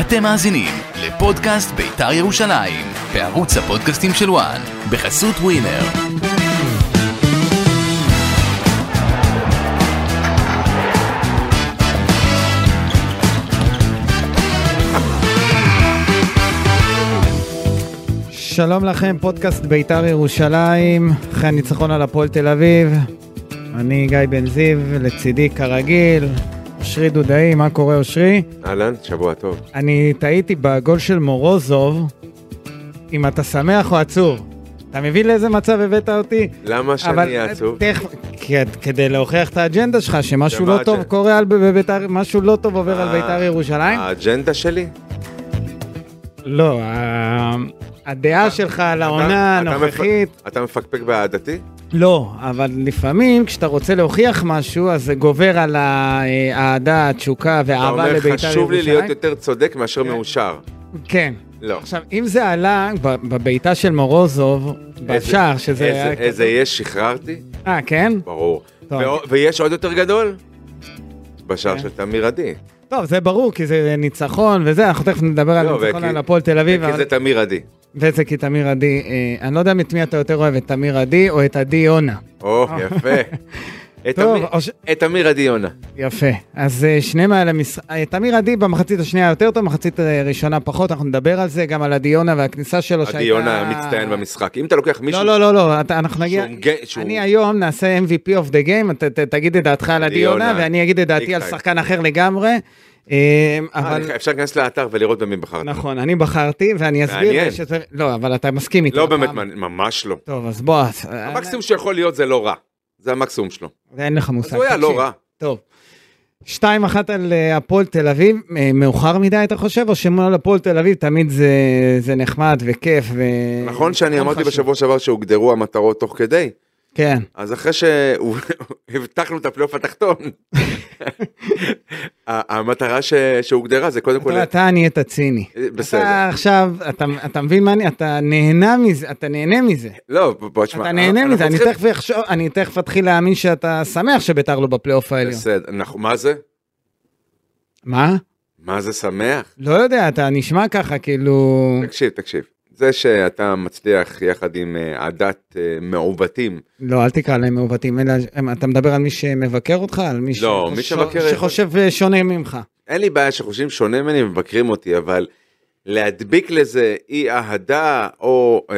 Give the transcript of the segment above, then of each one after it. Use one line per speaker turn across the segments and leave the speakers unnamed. אתם מאזינים לפודקאסט בית"ר ירושלים, בערוץ הפודקאסטים של וואן, בחסות ווינר.
שלום לכם, פודקאסט בית"ר ירושלים, אחרי הניצחון על הפועל תל אביב. אני גיא בן זיו, לצידי כרגיל, אושרי דודאי, מה קורה אושרי?
אהלן, שבוע טוב.
אני טעיתי בגול של מורוזוב, אם אתה שמח או עצוב. אתה מבין לאיזה מצב הבאת אותי? אה,
למה שאני אהיה עצוב?
תכף, כד- כדי להוכיח את האג'נדה שלך, שמשהו
שמה
לא טוב
האג'נדה?
קורה על ב- בביתר, משהו לא טוב עובר על
אה,
בית"ר ירושלים?
האג'נדה שלי?
לא, ה- הדעה שלך על העונה
אה, אתה- אתה
הנוכחית...
מפ- אתה מפקפק באהדתי?
לא, אבל לפעמים כשאתה רוצה להוכיח משהו, אז זה גובר על האהדה, התשוקה
אתה
והאהבה
אומר,
לבית"ר ירושלים.
חשוב לי להיות יותר צודק מאשר מאושר.
כן.
לא.
עכשיו, אם זה עלה ב- בבעיטה של מורוזוב, בשער, שזה...
איזה-
היה-
איזה יש, שחררתי?
אה, כן?
ברור.
טוב.
ועוד- ויש עוד יותר גדול? בשער
כן.
של תמיר עדי.
טוב, זה ברור, כי זה ניצחון וזה, אנחנו תכף נדבר על
לא,
ניצחון
וכי-
על הפועל תל אביב,
כי
אבל-
זה תמיר עדי.
וזה כי תמיר עדי, אה, אני לא יודע את מי אתה יותר אוהב, את תמיר עדי או את עדי יונה.
או, יפה. את
אה. טוב, לא
תמיר-
או ש-
את תמיר עדי יונה.
יפה. אז אה, שניהם היה למשחק, תמיר עדי במחצית השנייה יותר טוב, במחצית אה, הראשונה פחות, אנחנו נדבר על זה, גם על עדי יונה והכניסה שלו
עדי יונה מצטיין במשחק. אם אתה לוקח מישהו...
לא, לא, לא, לא, אתה- אנחנו נגיע...
שהוא גא- שהוא-
אני היום נעשה MVP of the game, ת- ת- תגיד את דעתך על עדי
עדי
יונה,
יונה,
ואני אגיד את דעתי
ביג
על
טיים.
שחקן אחר לגמרי. אה,
אה,
אבל...
אפשר להיכנס לאתר ולראות במי בחרת.
נכון, אני בחרתי, ואני אסביר.
מעניין.
לי שזה- לא, אבל אתה מסכים איתי.
לא
הפעם.
באמת, ממש לא.
טוב, אז בוא, אה, אז-
המקסימום שיכול להיות זה לא רע. זה המקסימום שלו.
אין לך מושג.
אז הוא היה
תקשיב.
לא רע.
טוב. 2-1 על אה, הפועל תל אביב, אה, מאוחר מדי אתה חושב, או שמול הפועל תל אביב תמיד זה, זה נחמד וכיף ו...
נכון שאני
גם
אמרתי
חשוב.
בשבוע שעבר שהוגדרו המטרות תוך כדי,
כן,
אז אחרי שהבטחנו את הפלייאוף התחתון, ה- המטרה ש- שהוגדרה זה קודם כל...
אתה, אתה נהיית ציני.
בסדר.
אתה עכשיו, אתה, אתה מבין מה אני, אתה נהנה מזה, אתה נהנה מזה.
לא, ב- בוא תשמע.
אתה נהנה
אנחנו
מזה, אני
צריכים-
תכף אחשוב, אני תכף אתחיל להאמין שאתה שמח שביתר לא בפלייאוף העליון.
בסדר, אנחנו- מה זה?
מה?
מה זה שמח?
לא יודע, אתה נשמע ככה, כאילו...
תקשיב, תקשיב. זה שאתה מצליח יחד עם אה, עדת אה, מעוותים,
לא, אל תקרא להם מעוותים, אלא הם- אתה מדבר על מי שמבקר אותך, על מי
לא, מי
שחושב-
שמבקר-
שחושב אה, שונה ממך.
אין לי בעיה שחושבים שונה ממני ומבקרים אותי, אבל להדביק לזה אי אהדה, או... אה,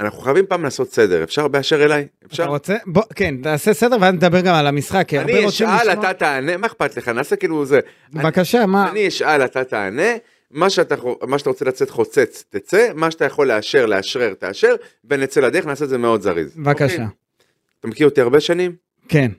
אנחנו חייבים פעם לעשות סדר, אפשר באשר אליי?
אתה
אפשר?
רוצה? בוא, כן, תעשה סדר ואז נדבר גם על המשחק, כי הרבה
אני
רוצים
אשאל,
לשמוע.
אתה תענה, מה אכפת לך? נעשה כאילו זה.
בבקשה, מה?
אני אשאל, אתה תענה, מה שאתה חו- מה שאתה רוצה לצאת חוצץ, תצא, מה שאתה יכול לאשר, לאשרר, תאשר, ונצא לדרך, נעשה את זה מאוד זריז.
בבקשה.
אוקיי? אתה מכיר אותי הרבה שנים?
כן.
אוקיי.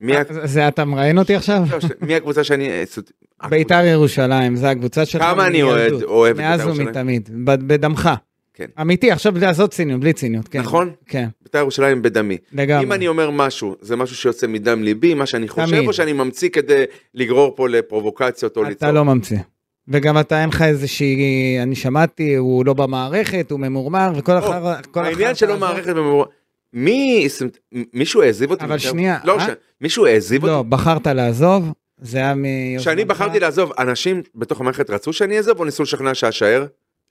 מי ה-
אה, זה אתה מראיין אותי עכשיו?
לא, ש- מי הקבוצה שאני... אה, סוד-
בית"ר ירושלים, זה הקבוצה שלך.
כמה אני
מילדות.
אוהד- אוהב את בית"ר
מאז
ירושלים.
ומתמיד, ב- בדמך.
כן.
אמיתי, עכשיו בלי לעשות ציניות, בלי ציניות, כן.
נכון?
כן,
בית"ר ירושלים בדמי.
לגמרי.
אם אני אומר משהו, זה משהו שיוצא מדם ליבי, מה שאני חושב,
תמיד.
או שאני ממציא כדי לגרור פה לפרובוקציות או ליצור.
אתה לא ממציא. וגם אתה אין לך איזושהי, אני שמעתי, הוא לא במערכת, הוא ממורמר, וכל
או,
אחר... כל
לא, העניין
אחר-
שלא מערכת וממור... מי... מישהו העזיב אותי?
אבל
יותר?
שנייה,
לא,
אה?
ש... מישהו העזיב
לא,
אותי?
בחרת לעזוב, זה היה מ...
כשאני בחרתי לעזוב, אנשים בתוך המערכת רצו שאני אעזוב או ניסו לשכנע שאשאר?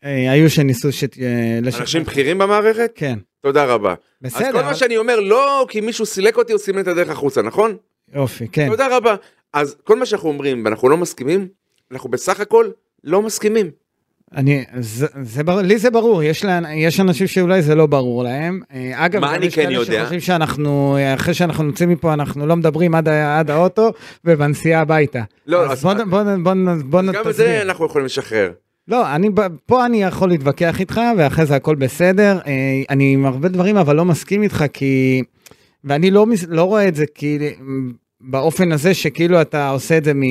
אה, היו שניסו שת... אה, לשחרר.
אנשים בכירים במערכת?
כן.
תודה רבה. אז
בסדר,
כל
אבל-
מה שאני אומר, לא כי מישהו סילק אותי, הוא סימן את הדרך החוצה, נכון?
יופי, כן.
תודה רבה. אז כל מה שאנחנו אומרים ואנחנו לא מסכימים, אנחנו בסך הכל לא מסכימים.
אני, זה, זה ברור, לי זה ברור, יש, לה, יש אנשים שאולי זה לא ברור להם. אה, אגב,
מה
גם
אני
יש
כן
כאלה
יודע?
שחושבים שאנחנו, אה, אחרי שאנחנו יוצאים מפה, אנחנו לא מדברים עד, ה- עד האוטו ובנסיעה הביתה.
לא,
אז
אז-
בוא, נ- בוא, נ- בוא, נ- בוא,
אז
בוא
גם את זה
תסביר.
אנחנו יכולים לשחרר.
לא, אני, ב- פה אני יכול להתווכח איתך, ואחרי זה הכל בסדר. אה, אני עם הרבה דברים, אבל לא מסכים איתך, כי... ואני לא, מס- לא רואה את זה כי... באופן הזה שכאילו אתה עושה את זה מ...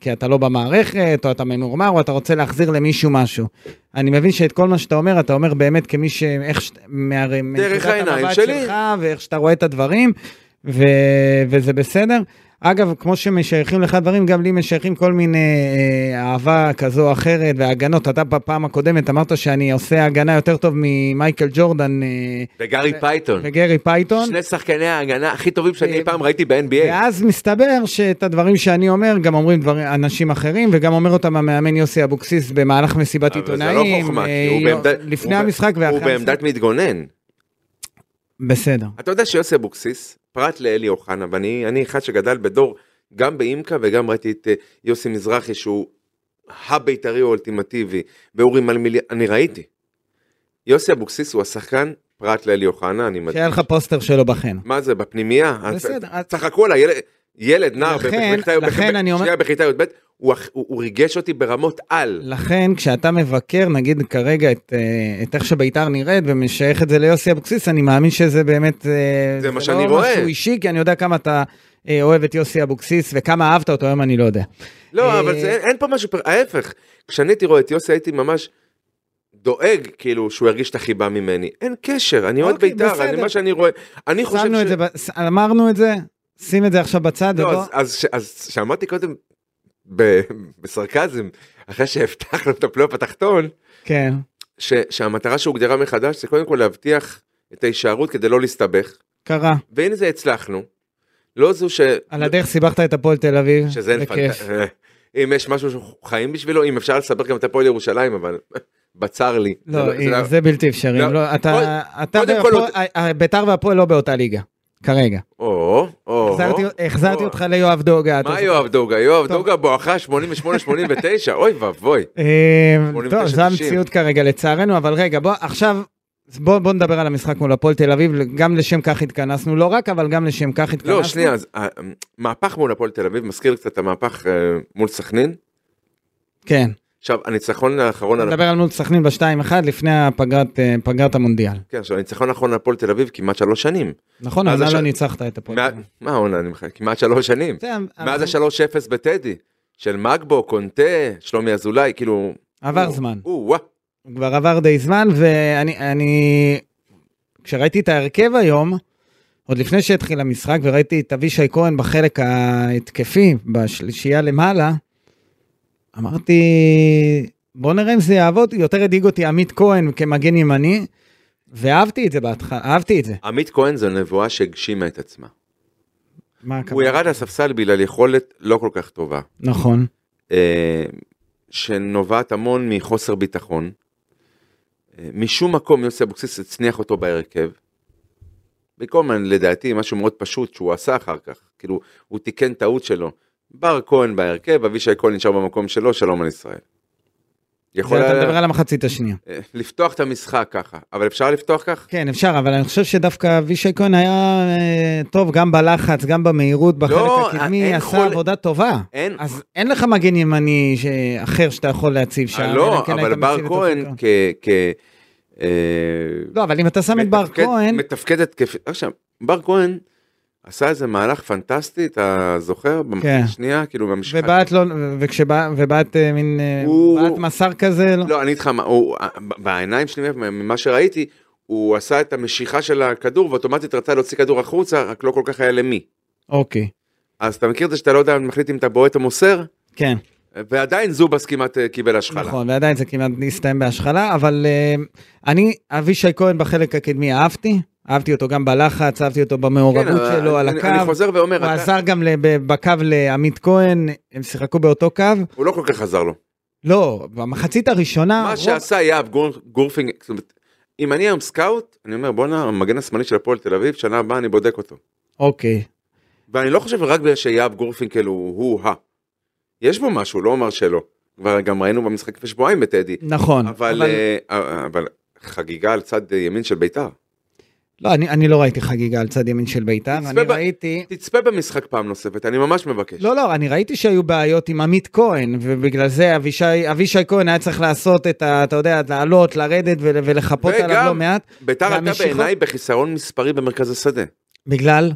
כי אתה לא במערכת, או אתה ממורמר, או אתה רוצה להחזיר למישהו משהו. אני מבין שאת כל מה שאתה אומר, אתה אומר באמת כמי ש... איך ש... מה... מנקודת
העיניים
המבט
שלי.
שלך, ואיך שאתה רואה את הדברים, ו... וזה בסדר. אגב, כמו שמשייכים לך דברים, גם לי משייכים כל מיני אה, אהבה כזו או אחרת והגנות. אתה בפעם הקודמת אמרת שאני עושה הגנה יותר טוב ממייקל ג'ורדן אה,
וגארי פייתון,
וגרי פייתון.
שני שחקני ההגנה הכי טובים שאני
אה,
אי פעם ראיתי ב-NBA.
ואז מסתבר שאת הדברים שאני אומר, גם אומרים דבר, אנשים אחרים, וגם אומר אותם המאמן יוסי אבוקסיס במהלך מסיבת
אבל זה לא
עיתונאים.
חוכמה,
אה,
כי הוא בעמדת...
לפני
הוא ב-
המשחק ואחרי
הוא בעמדת מתגונן.
בסדר.
אתה יודע שיוסי אבוקסיס, פרט לאלי אוחנה, ואני אני אחד שגדל בדור, גם באימקה וגם ראיתי את אה, יוסי מזרחי שהוא הבית"רי האולטימטיבי, ואורי מלמילי, אני ראיתי. יוסי אבוקסיס הוא השחקן, פרט לאלי אוחנה, אני מדגיש.
שהיה לך פוסטר שלו בחן.
מה זה, בפנימייה?
בסדר,
אה, אז
אז-
צחקו על הילד, ילד, נער,
לכן-
בכיתה-
לכן
בכ-
אני אומר-
שנייה, בכיתה י"ב, הוא אח- הוא הוא ריגש אותי ברמות על.
לכן כשאתה מבקר נגיד כרגע את, אה, את איך שביתר נראית ומשייך את זה ליוסי אבוקסיס אני מאמין שזה באמת אה,
זה מה שאני רואה.
משהו אישי כי אני יודע כמה אתה אה, אוהב את יוסי אבוקסיס וכמה אהבת אותו היום אני לא יודע.
לא,
אה,
אבל זה, אין- אין פה משהו, פר- ההפך. כשאני הייתי רואה את יוסי הייתי ממש דואג, כאילו, שהוא ירגיש את החיבה ממני. אין קשר, אני אוהד
אוקיי,
בית"ר,
בסדר.
אני- מה שאני רואה, אני חושב
שמנו את זה, בס- אמרנו את זה, שים את זה עכשיו בצד.
לא,
ובוא-
אז- אז ש- אז שאמרתי קודם, ב- בסרקזם, אחרי שהבטחנו את הפלייאוף התחתון,
כן,
ש- שהמטרה שהוגדרה מחדש זה קודם כל להבטיח את ההישארות כדי לא להסתבך.
קרה.
והנה זה הצלחנו. לא זו ש...
על הדרך סיבכת את הפועל תל אביב.
שזה אין
בכיף.
פנטזיה. אם יש משהו שאנחנו חיים בשבילו, אם אפשר לספר גם את הפועל ירושלים, אבל בצר לי.
לא,
זה לא-
זה בלתי אפשרי.
לא,
לא, אתה, אתה
קודם כל-
והפועל- ה- ה- ביתר והפועל לא באותה ליגה, כרגע.
או, או,
החזרתי- החזרתי
או.
אותך ליואב דוגה. אתה
מה
זוכר.
יואב דוגה? יואב
טוב.
דוגה בואכה 88-89, אוי ואבוי. לא,
אה,
89,
טוב, זו
90.
המציאות כרגע לצערנו, אבל רגע, בוא עכשיו, בוא, בוא נדבר על המשחק מול הפועל תל אביב, גם לשם כך התכנסנו, לא רק, אבל גם לשם כך התכנסנו.
לא, שנייה, אז אה, מהפך מול הפועל תל אביב מזכיר לי קצת את המהפך אה, מול סכנין.
כן,
עכשיו, הניצחון האחרון על...
נדבר על מול סכנין ב-2-1 לפני הפגרת, אה, פגרת המונדיאל.
כן, עכשיו, הניצחון האחרון על הפועל תל אביב כמעט שלוש שנים.
נכון,
אז
אבל
עכשיו-
לא ניצחת את הפועל.
מה- מה העונה, אני מחכה, כמעט שלוש שנים.
זה,
מאז
אבל-
ה-3-0 בטדי, של מגבו, קונטה, שלומי אזולאי, כאילו...
עבר
או,
זמן.
או, וואו.
כבר עבר די זמן, ואני, אני, כשראיתי את ההרכב היום, עוד לפני שהתחיל המשחק, וראיתי את אבישי כהן בחלק ההתקפי, בשלישייה למעלה, אמרתי, בוא נראה אם זה יעבוד, יותר הדאיג אותי עמית כהן כמגן ימני, ואהבתי את זה בהתחלה, אהבתי את זה.
עמית כהן זו נבואה שהגשימה את עצמה.
מה הכוונה?
הוא ירד לספסל בגלל יכולת לא כל כך טובה,
נכון,
אה, שנובעת המון מחוסר ביטחון. אה, משום מקום יוסי אבוקסיס הצניח אותו בהרכב. במקום, לדעתי, משהו מאוד פשוט שהוא עשה אחר כך, כאילו, הוא תיקן טעות שלו. בר כהן בהרכב, אבישי כהן נשאר במקום שלו, שלום על ישראל. יכול
זה אתה
היה-
מדבר על המחצית השנייה.
אה, לפתוח את המשחק ככה, אבל אפשר לפתוח כך?
כן, אפשר, אבל אני חושב שדווקא אבישי כהן היה אה, טוב גם בלחץ, גם במהירות, בחלק
לא,
הקדמי,
אין
עשה
חול-
עבודה טובה.
אין,
אז אין לך מגן ימני ש... אחר שאתה יכול להציב שם.
אה,
אלא
לא,
אם כן
אבל
היית מציב
בר
את
כהן
אופיר.
כ... כ... אה,
כן. לא, אבל אם אתה שם את בר
מתפקד-
כהן,
מתפקד התקפי, עכשיו, בר כהן עשה איזה מהלך פנטסטי, אתה זוכר?
כן.
במחצית השנייה, כאילו במשיכה.
ובעט לא, וכשבא, ובעט אה, מין, אה,
הוא-
בעט מסר כזה, לא.
לא, אני איתך, מה, הוא- ב- בעיניים שלי, ממה שראיתי, הוא עשה את המשיכה של הכדור, ואוטומטית רצה להוציא כדור החוצה, רק לא כל כך היה למי.
אוקיי,
אז אתה מכיר את זה שאתה לא יודע, מחליט אם אתה בועט או מוסר,
כן,
ועדיין זובס כמעט אה, קיבל השחלה.
נכון, ועדיין זה כמעט הסתיים בהשחלה, אבל אה, אני, אבישי כהן בחלק הקדמי אהבתי, אהבתי אותו גם בלחץ, אהבתי אותו במעורבות
אבל
שלו על
כן, אה, אני-
הקו,
אני חוזר ואומר,
הוא
אתה-
עזר גם לב- בקו לעמית כהן, הם שיחקו באותו קו.
הוא לא כל כך עזר לו.
לא, במחצית הראשונה,
מה
אה, רוב-
שעשה יהב גור- גורפינג, זאת אומרת, אם אני היום סקאוט, אני אומר בואנה, המגן השמאלי של הפועל תל אביב, שנה הבאה אני בודק אותו.
אוקיי,
ואני לא חושב רק בגלל שיהב גורפינקל הוא הוא ה. יש בו משהו, לא אומר שלא. כבר גם ראינו במשחק לפני שבועיים בטדי.
נכון,
אבל, אה, אה, אבל חגיגה על צד ימין של בית"ר.
לא, אני, אני לא ראיתי חגיגה על צד ימין של בית"ר,
תצפה
אני
ב-
ראיתי...
תצפה במשחק פעם נוספת, אני ממש מבקש.
לא, לא, אני ראיתי שהיו בעיות עם עמית כהן, ובגלל זה אבישי, אבישי כהן היה צריך לעשות את ה... אתה יודע, לעלות, לרדת ול, ולחפות
וגם-
עליו לא מעט,
בית"ר הייתה
והמשיכות-
בעיניי בחיסרון מספרי במרכז השדה.
בגלל...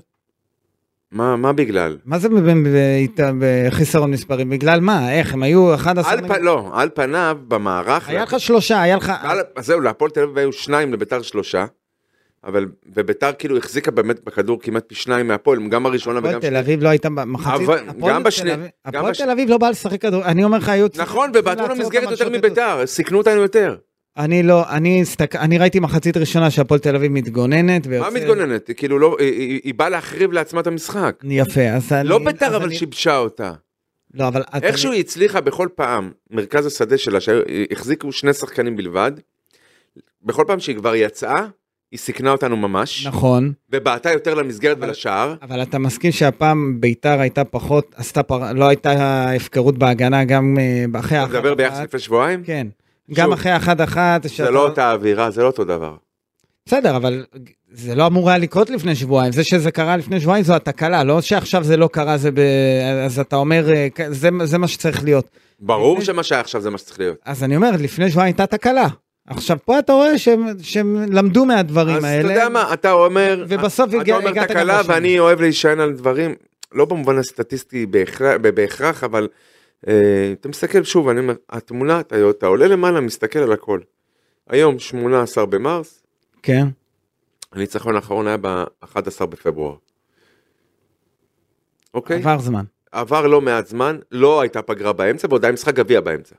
מה מה בגלל?
מה זה ב- ב- ב- בחיסרון מספרים? בגלל מה? איך? הם היו 11...
על פ- לא, על פניו, במערך,
היה לך שלושה, היה לך...
על- אז זהו, להפועל תל אביב היו שניים, לביתר שלושה. אבל וביתר כאילו החזיקה באמת בכדור כמעט פי שניים מהפועל, גם הראשונה
הפועל
וגם
תל אביב לא הייתה במחצית.
אבל
הפועל
גם
תל
בשני-
אביב-
גם
הפועל
בש-
תל אביב לא באה לשחק כדור, אני אומר לך, היו צריכים
נכון, ובעטו
לעצור אותם
למסגרת
על
יותר
שוטטות.
מביתר, סיכנו אותנו יותר.
אני לא, אני הסתק... אני ראיתי מחצית ראשונה שהפועל תל אביב מתגוננת.
מה
ויוצאת-
מתגוננת? היא כאילו לא, היא- היא היא באה להחריב לעצמה את המשחק.
יפה, אז אני...
לא ביתר
אז
אבל
אני-
שיבשה אותה.
לא, אבל... אז
איכשהו
אני-
היא הצליחה בכל פעם, מרכז השדה שלה, שהחזיקו שני שחקנים בלבד, בכל פעם שהיא כבר יצאה, היא סיכנה אותנו ממש,
נכון,
ובעטה יותר למסגרת
אבל-
ולשער.
אבל אתה מסכים שהפעם ביתר הייתה פחות, עשתה פר... לא הייתה הפקרות בהגנה גם אה, אחרי
אתה
האחת
מדבר ביחס
אחת.
לפני שבועיים?
כן.
שוב,
גם אחרי האחת אחת.
זה לא אותה אווירה, זה לא אותו דבר.
בסדר, אבל זה לא אמור היה לקרות לפני שבועיים. זה שזה קרה לפני שבועיים זו התקלה, לא שעכשיו זה לא קרה, זה ב... אז אתה אומר, אה, כ- זה, זה מה שצריך להיות.
ברור
לפני-
שמה שהיה עכשיו זה מה שצריך להיות.
אז אני אומר, לפני שבועיים הייתה תקלה. עכשיו פה אתה רואה שהם, שהם למדו מהדברים
אז
האלה.
אתה יודע מה, אתה אומר,
ובסוף
אתה
הגיע-
אומר
הגעת גם
תקלה
לשני.
ואני אוהב להישען על דברים, לא במובן הסטטיסטי בהכרח- ב- בהכרח, אבל אה, אתה מסתכל שוב, אני אומר, התמונה, אתה אתה עולה למעלה, מסתכל על הכל. היום 18 במרס,
כן.
הניצחון האחרון היה ב-11 בפברואר. אוקיי?
עבר זמן.
עבר לא מעט זמן, לא הייתה פגרה באמצע, ועוד היה משחק גביע באמצע.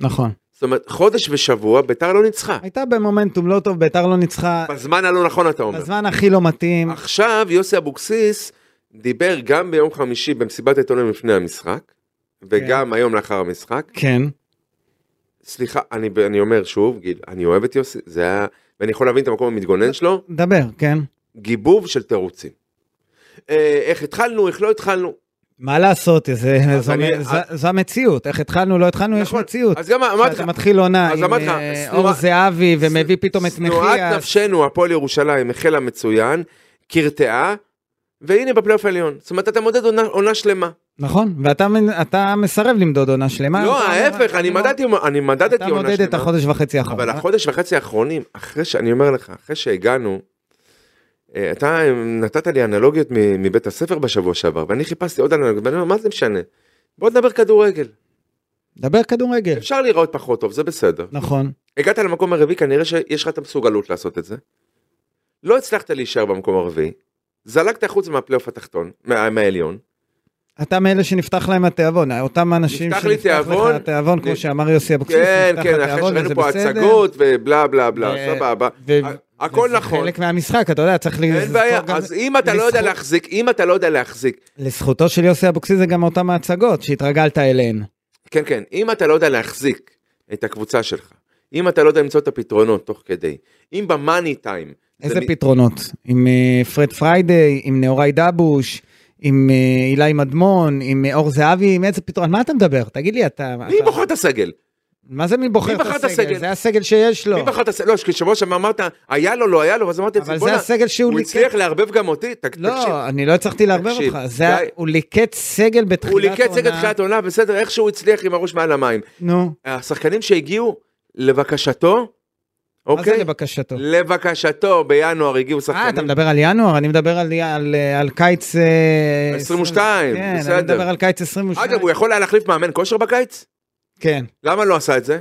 נכון.
זאת אומרת, חודש ושבוע ביתר לא ניצחה.
הייתה במומנטום לא טוב, ביתר לא ניצחה,
בזמן הלא נכון אתה אומר.
בזמן הכי לא מתאים.
עכשיו יוסי אבוקסיס דיבר גם ביום חמישי במסיבת עיתונאים לפני המשחק, וגם היום לאחר המשחק.
כן.
סליחה, אני, אני אומר שוב, גיל, אני אוהב את יוסי, זה היה, ואני יכול להבין את המקום המתגונן שלו,
דבר, כן.
גיבוב של תירוצים. אה, איך התחלנו, איך לא התחלנו.
מה לעשות, זה,
אז
זו,
אני-
אני, זו, זו המציאות. איך התחלנו, לא התחלנו,
נכון,
יש מציאות.
אז גם אמרתי לך,
כשאתה מתחיל עונה
אז
עם
אמרתי לך,
אה,
שנואה-
אור זהבי ומביא פתאום את
תנועת
מחיה,
נפשנו, הפועל ירושלים החלה מצוין, קרטעה, והנה בפלייאוף העליון. זאת אומרת, אתה מודד עונה, עונה שלמה.
נכון, ואתה מ- אתה מסרב למדוד עונה שלמה.
לא,
אתה-
ההפך, אני
אתה-
מדדתי אני מדדתי
אתה
עונה שלמה.
מודד את החודש וחצי האחרון.
אבל נכון- החודש וחצי האחרונים, אחרי שאני אומר לך, אחרי שהגענו, אה, אתה אה, נתת לי אנלוגיות מ- מבית הספר בשבוע שעבר, ואני חיפשתי עוד אנלוגיות, ואני אומר, מה זה משנה? בוא נדבר כדורגל.
אה? דבר כדורגל.
אפשר להיראות פחות טוב, זה בסדר.
כן. נכון.
הגעת למקום הרביעי, כנראה שיש לך את המסוגלות לעשות את זה. לא הצלחת להישאר במקום הרביעי, זלגת החוצה מהפלייאוף התחתון, מה, מהעליון,
אתה מאלה שנפתח להם התיאבון, אה, אותם אנשים
נפתח לי תיאבון.
לך התיאבון, כמו
נ-
שאמר יוסי אבוקסיס,
כן,
נפתח
כן, אחרי
התיאבון,
שראינו
וזה
פה
אוקיי. בסדר.
הצגות ובלה בלה בלה,
ו-
לא, סבבה,
ו-
הכל
וזה
נכון,
חלק מהמשחק, אתה יודע, צריך
אין
לזכור
בעיה,
גם-
אז אם אתה לא יודע
לזכות-
להחזיק, אם אתה לא יודע להחזיק
לזכותו של יוסי אבוקסיס זה גם אותם ההצגות שהתרגלת אליהן.
כן כן אם אתה לא יודע להחזיק את הקבוצה שלך אם אתה לא יודע למצוא את הפתרונות תוך כדי אם במאני טיים
איזה פתרונות? עם אה, פרד פריידי, עם נאורי דבוש, עם אה, אילי מדמון, עם אה, אור זהבי, עם איזה פתרון? על מה אתה מדבר? תגיד לי, אתה...
מי
אתה-
בוחר את הסגל?
מה זה מי בוחר
מי בחר
את
את
הסגל?
הסגל?
זה הסגל שיש לו.
מי בחר את הסגל? לא, כי שבוע שעבר אמרת היה לו לא היה לו אז אמרתי
אבל
"בואנה,
זה הסגל שהוא
הוא
ליקט
הצליח לערבב גם אותי תק- תקשיב
לא, אני לא הצלחתי לערבב
תקשיב,
אותך. זה ה-
גיא.
הוא ליקט סגל בתחילת
הוא
עונה.
ליקט סגל תחילת עונה בסדר איכשהו הוא הצליח עם הראש מעל המים
נו,
השחקנים שהגיעו לבקשתו
מה זה
אוקיי
לבקשתו?
לבקשתו בינואר הגיעו
אה, אתה
שחקנים
מדבר על ינואר? אני מדבר על- על על קיץ... אה,
22,
כן,
בסדר.
אני מדבר על קיץ 22.
אגב הוא יכול היה להחליף מאמן כושר בקיץ?
כן,
למה לא עשה את זה?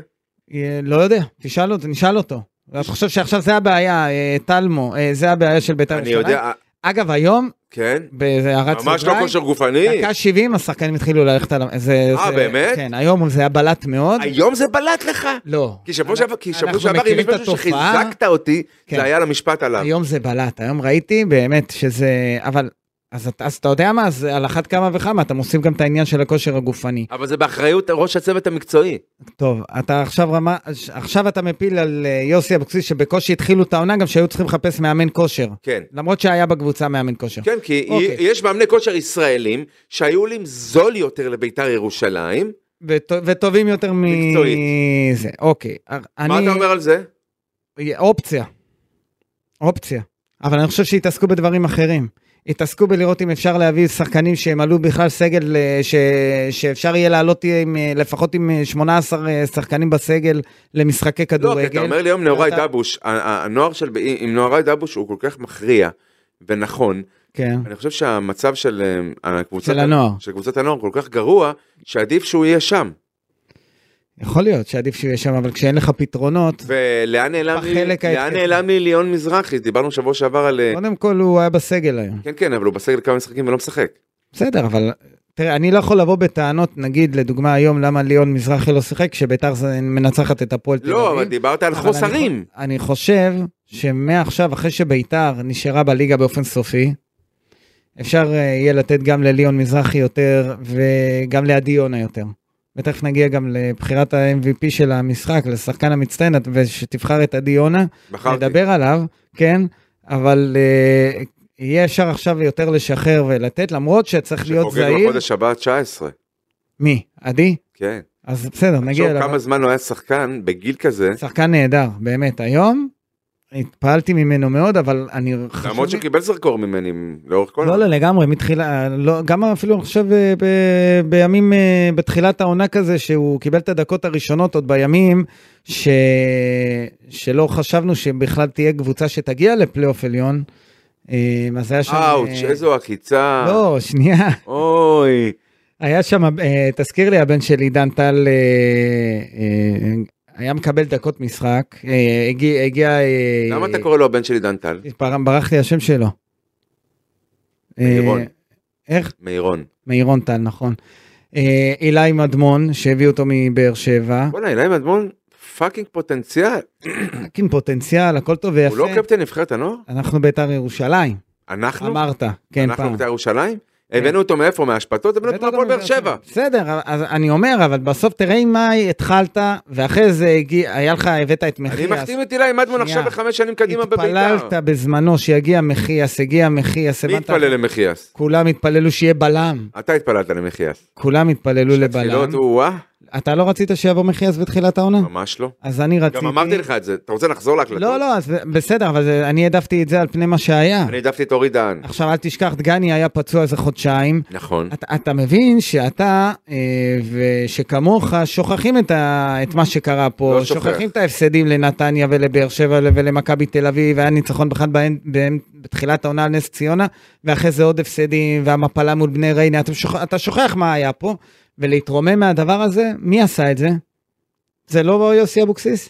אה, לא יודע, תשאל אותו, נשאל אותו. אתה חושב שעכשיו זה הבעיה, אה, טלמו, אה, זה הבעיה של בית"ר
אני
ירושלים?
יודע אה,
אגב, היום,
כן
בהערת
ממש לא כושר גופני.
דקה 70 השחקנים התחילו ללכת על... ה- זה-
אה,
זה-
באמת?
כן, היום זה היה בלט מאוד.
היום זה בלט לך.
לא.
כי שבוע
אנחנו-
שעבר, כי שבוע
אנחנו
שעבר, אם יש
מכירים את
משהו
התופעה.
שחיזקת אותי,
כן.
זה היה למשפט עליו.
היום זה בלט, היום ראיתי באמת שזה, אבל, אז, אתה- אז אתה יודע מה, אז על אחת כמה וכמה, אתם עושים גם את העניין של הכושר הגופני.
אבל זה באחריות ראש הצוות המקצועי.
טוב, אתה עכשיו רמה, עכשיו אתה מפיל על אה, יוסי אבוקסיס שבקושי התחילו את העונה, גם שהיו צריכים לחפש מאמן כושר.
כן.
למרות שהיה בקבוצה מאמן כושר.
כן, כי
אוקיי.
יש מאמני כושר ישראלים שהיו עולים זול יותר לביתר ירושלים.
וטו, וטובים יותר מזה. אוקיי. אני,
מה אתה אומר על זה? לא,
אופציה. אופציה. אבל אני חושב שהתעסקו בדברים אחרים. התעסקו בלראות אם אפשר להביא שחקנים שהם עלו בכלל סגל, אה, ש... שאפשר יהיה לעלות עם, אה, לפחות עם אה, 18 אה, שחקנים בסגל למשחקי
לא, כי אתה
כדורגל.
אומר לי היום נאורי
ואתה-
דבוש, ה- ה- הנוער של, עם נאורי דבוש הוא כל כך מכריע ונכון.
כן,
אני חושב שהמצב של אה, הקבוצת-
של הנוער.
של קבוצת הנוער כל כך גרוע, שעדיף שהוא יהיה שם.
יכול להיות שעדיף שהוא יהיה שם, אבל כשאין לך פתרונות,
ולאן נעלם לי,
בחלק
לאן
ההתקפי. נכון.
נעלם לי ליאון מזרחי? דיברנו שבוע שעבר על... אה,
קודם כל הוא היה בסגל היום.
כן, כן, אבל הוא בסגל כמה משחקים ולא משחק.
בסדר, אבל תראה, אני לא יכול לבוא בטענות, נגיד, לדוגמה היום, למה ליאון מזרחי לא שיחק, כשביתר זה- מנצחת את הפועל תל
לא, אבל
אביב.
דיברת על
אבל
חוסרים.
אני, חו- אני חושב שמעכשיו, אחרי שביתר נשארה בליגה באופן סופי, אפשר אה, יהיה לתת גם לליאון מזרחי יותר, וגם לעדי יונה יותר. ותכף נגיע גם לבחירת ה-MVP של המשחק, לשחקן המצטיין, ושתבחר את עדי יונה.
בחרתי.
נדבר עליו, כן, אבל אה, יהיה אפשר עכשיו יותר לשחרר ולתת, למרות שצריך להיות
שחוגג
זהיר.
אוקיי, בחודש הבא 19.
מי? עדי?
כן.
אז בסדר,
תחשוב
נגיע אליו.
כמה זמן הוא היה שחקן בגיל כזה,
שחקן נהדר, באמת. היום התפעלתי ממנו מאוד, אבל אני חשוב...
למרות שהוא קיבל זרקור ממני לאורך כל
לא, לא, לגמרי, מתחילה, לא, גם אפילו אני חושב אה, ב, בימים, אה, בתחילת העונה כזה, שהוא קיבל את הדקות הראשונות עוד בימים, ש, שלא חשבנו שבכלל תהיה קבוצה שתגיע לפלייאוף עליון. אה, אז היה שם...
אאוץ',
אה,
איזו עקיצה.
לא, שנייה.
אוי.
היה שם, אה, תזכיר לי, הבן של עידן טל אה, אה, היה מקבל דקות משחק. אה, הגיע... הגיע אה,
למה אתה קורא לו הבן של עידן טל?
בר- ברח לי השם שלו.
מאירון.
אה, איך?
מאירון.
מאירון טל, נכון. אה, אילי מדמון, שהביא אותו מבאר שבע.
בואנה, אילן מדמון, פאקינג פוטנציאל.
עם פוטנציאל, הכל טוב
הוא לא
ויפה.
קפטן נבחרת הנוער?
אנחנו בית"ר ירושלים,
אנחנו?
אמרת. כן,
אנחנו
פעם. כן.
בית"ר ירושלים? הבאנו אותו מאיפה? מהאשפתות? הבאנו אותו
בטח
מהפועל
גם
באר שבע.
בסדר, אז אני אומר, אבל בסוף תראה עם מה התחלת, ואחרי זה הגיע, היה לך, הבאת את
אני
מחיאס.
מחתים את אילי מדמון
שנייה.
עכשיו לחמש שנים קדימה
התפללת
בבית"ר.
בזמנו שיגיע מחיאס, הגיע מחיאס,
מי התפלל למחיאס?
כולם התפללו שיהיה בלם,
אתה התפללת למחיאס.
כולם התפללו לבלם.
התפילות הוא וואה?
אתה לא רצית שיבוא מחיאס בתחילת העונה?
ממש לא.
אז אני רציתי...
גם אמרתי לך את זה. אתה רוצה לחזור להקלטות?
לא, לא, אז בסדר, אבל זה- אני העדפתי את זה על פני מה שהיה.
אני העדפתי את אורי דהן.
עכשיו, אל תשכח, דגני היה פצוע איזה חודשיים.
נכון.
אתה, אתה מבין שאתה אה, ושכמוך שוכחים את, ה, את מה שקרה פה,
לא שוכח.
שוכחים את ההפסדים לנתניה ולבאר שבע ולמכבי תל אביב, היה ניצחון בכלל באמ- באמ- בתחילת העונה על נס ציונה, ואחרי זה עוד הפסדים והמפלה מול בני ריינה, אתה שוכח, אתה שוכח מה היה פה, ולהתרומם מהדבר הזה, מי עשה את זה? זה לא יוסי אבוקסיס?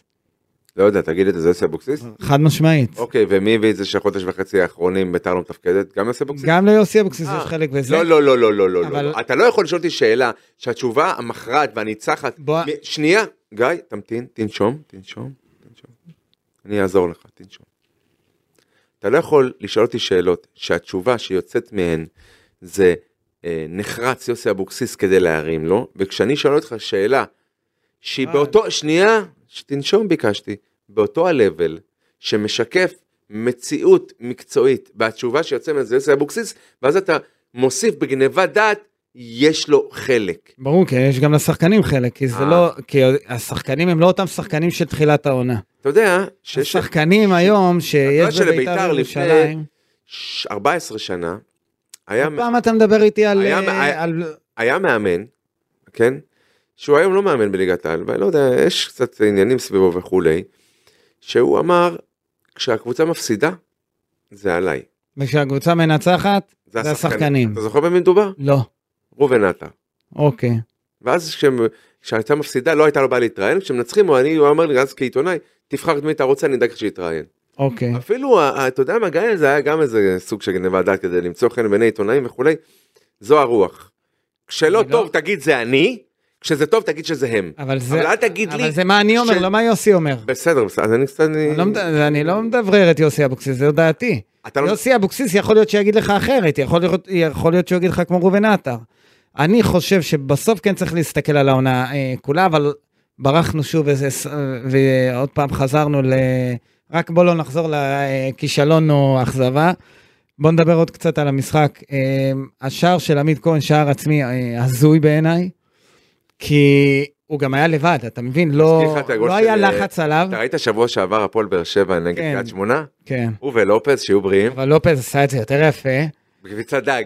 לא יודע, תגיד את זה, זה יוסי אבוקסיס?
חד משמעית.
אוקיי, ומי הביא את זה שהחודש וחצי האחרונים בית"ר לא מתפקדת? גם יוסי אבוקסיס?
גם ליוסי אבוקסיס
אה,
יש חלק בזה.
לא, לא, לא, לא, לא, לא,
אבל-
לא. אתה לא יכול לשאול אותי שאלה שהתשובה המכרעת והניצחת...
בוא-
מ- שנייה, גיא, תמתין, תנשום, תנשום, תנשום. אני אעזור לך, תנשום. אתה לא יכול לשאול אותי שאלות שהתשובה שיוצאת מהן זה אה, נחרץ יוסי אבוקסיס כדי להרים לו, וכשאני שואל אותך שאלה שהיא
אה.
באותו, שנייה, תנשום ביקשתי, באותו ה-level שמשקף מציאות מקצועית, והתשובה שיוצא מזה זה יוסי אבוקסיס, ואז אתה מוסיף בגניבת דעת, יש לו חלק.
ברור, כי יש גם לשחקנים חלק, כי זה
אה.
לא, כי השחקנים הם לא אותם שחקנים של תחילת העונה.
אתה יודע שיש
השחקנים היום
יודעת
שיש
שלבית"ר
בביתר
לפני-
ירושלים,
ש- 14 שנה, היה,
פעם אתה מדבר איתי על...
היה-
אה,
היה-
על-
היה מאמן, כן? שהוא היום לא מאמן בליגת העל, ואני לא יודע, יש קצת עניינים סביבו וכולי, שהוא אמר, כשהקבוצה מפסידה, זה עליי.
וכשהקבוצה מנצחת,
זה
זה
השחקנים.
השחקנים.
אתה זוכר במי מדובר?
לא.
ראובן עטר.
אוקיי.
ואז כשהם- כשהייתה מפסידה לא הייתה לו בעיה להתראיין, כשמנצחים הוא אני- הוא אמר לי אז כעיתונאי, תבחר את מי אתה רוצה אני אדאג לך שיתראיין.
אוקיי.
אפילו ה- ה- אתה יודע מה גיא זה היה גם איזה סוג של גניבת דעת כדי למצוא חן בעיני עיתונאים וכולי, זו הרוח. כשלא
אני לא-
טוב תגיד זה אני, כשזה טוב תגיד שזה הם.
אבל זה...
אבל אל תגיד לי,
אבל זה מה אני אומר,
של-
לא מה יוסי אומר.
בסדר בסדר, אז אני קצת, אני-
אני לא מד- אני לא מדברר את יוסי אבוקסיס, זו דעתי.
אתה לא,
יוסי אבוקסיס יכול להיות שיגיד לך אחרת, יכול להיות, יכול להיות שהוא יגיד לך כמו ראובן עטר. אני חושב שבסוף כן צריך להסתכל על העונה אה, כולה, אבל ברחנו שוב איזה, ס- אה, ועוד פעם חזרנו ל... רק בוא לא נחזור לכישלון או אכזבה. בוא נדבר עוד קצת על המשחק. אה, השער של עמית כהן, שער עצמי אה, הזוי בעיניי, כי הוא גם היה לבד, אתה מבין?
מזכיר
לא,
לך את הגול
לא היה
של, אה,
לחץ עליו.
אתה ראית שבוע שעבר הפועל באר שבע נגד
כן.
קריית שמונה,
כן.
הוא ולופז שיהיו בריאים,
אבל לופז עשה את זה יותר יפה.
בקביצת דג.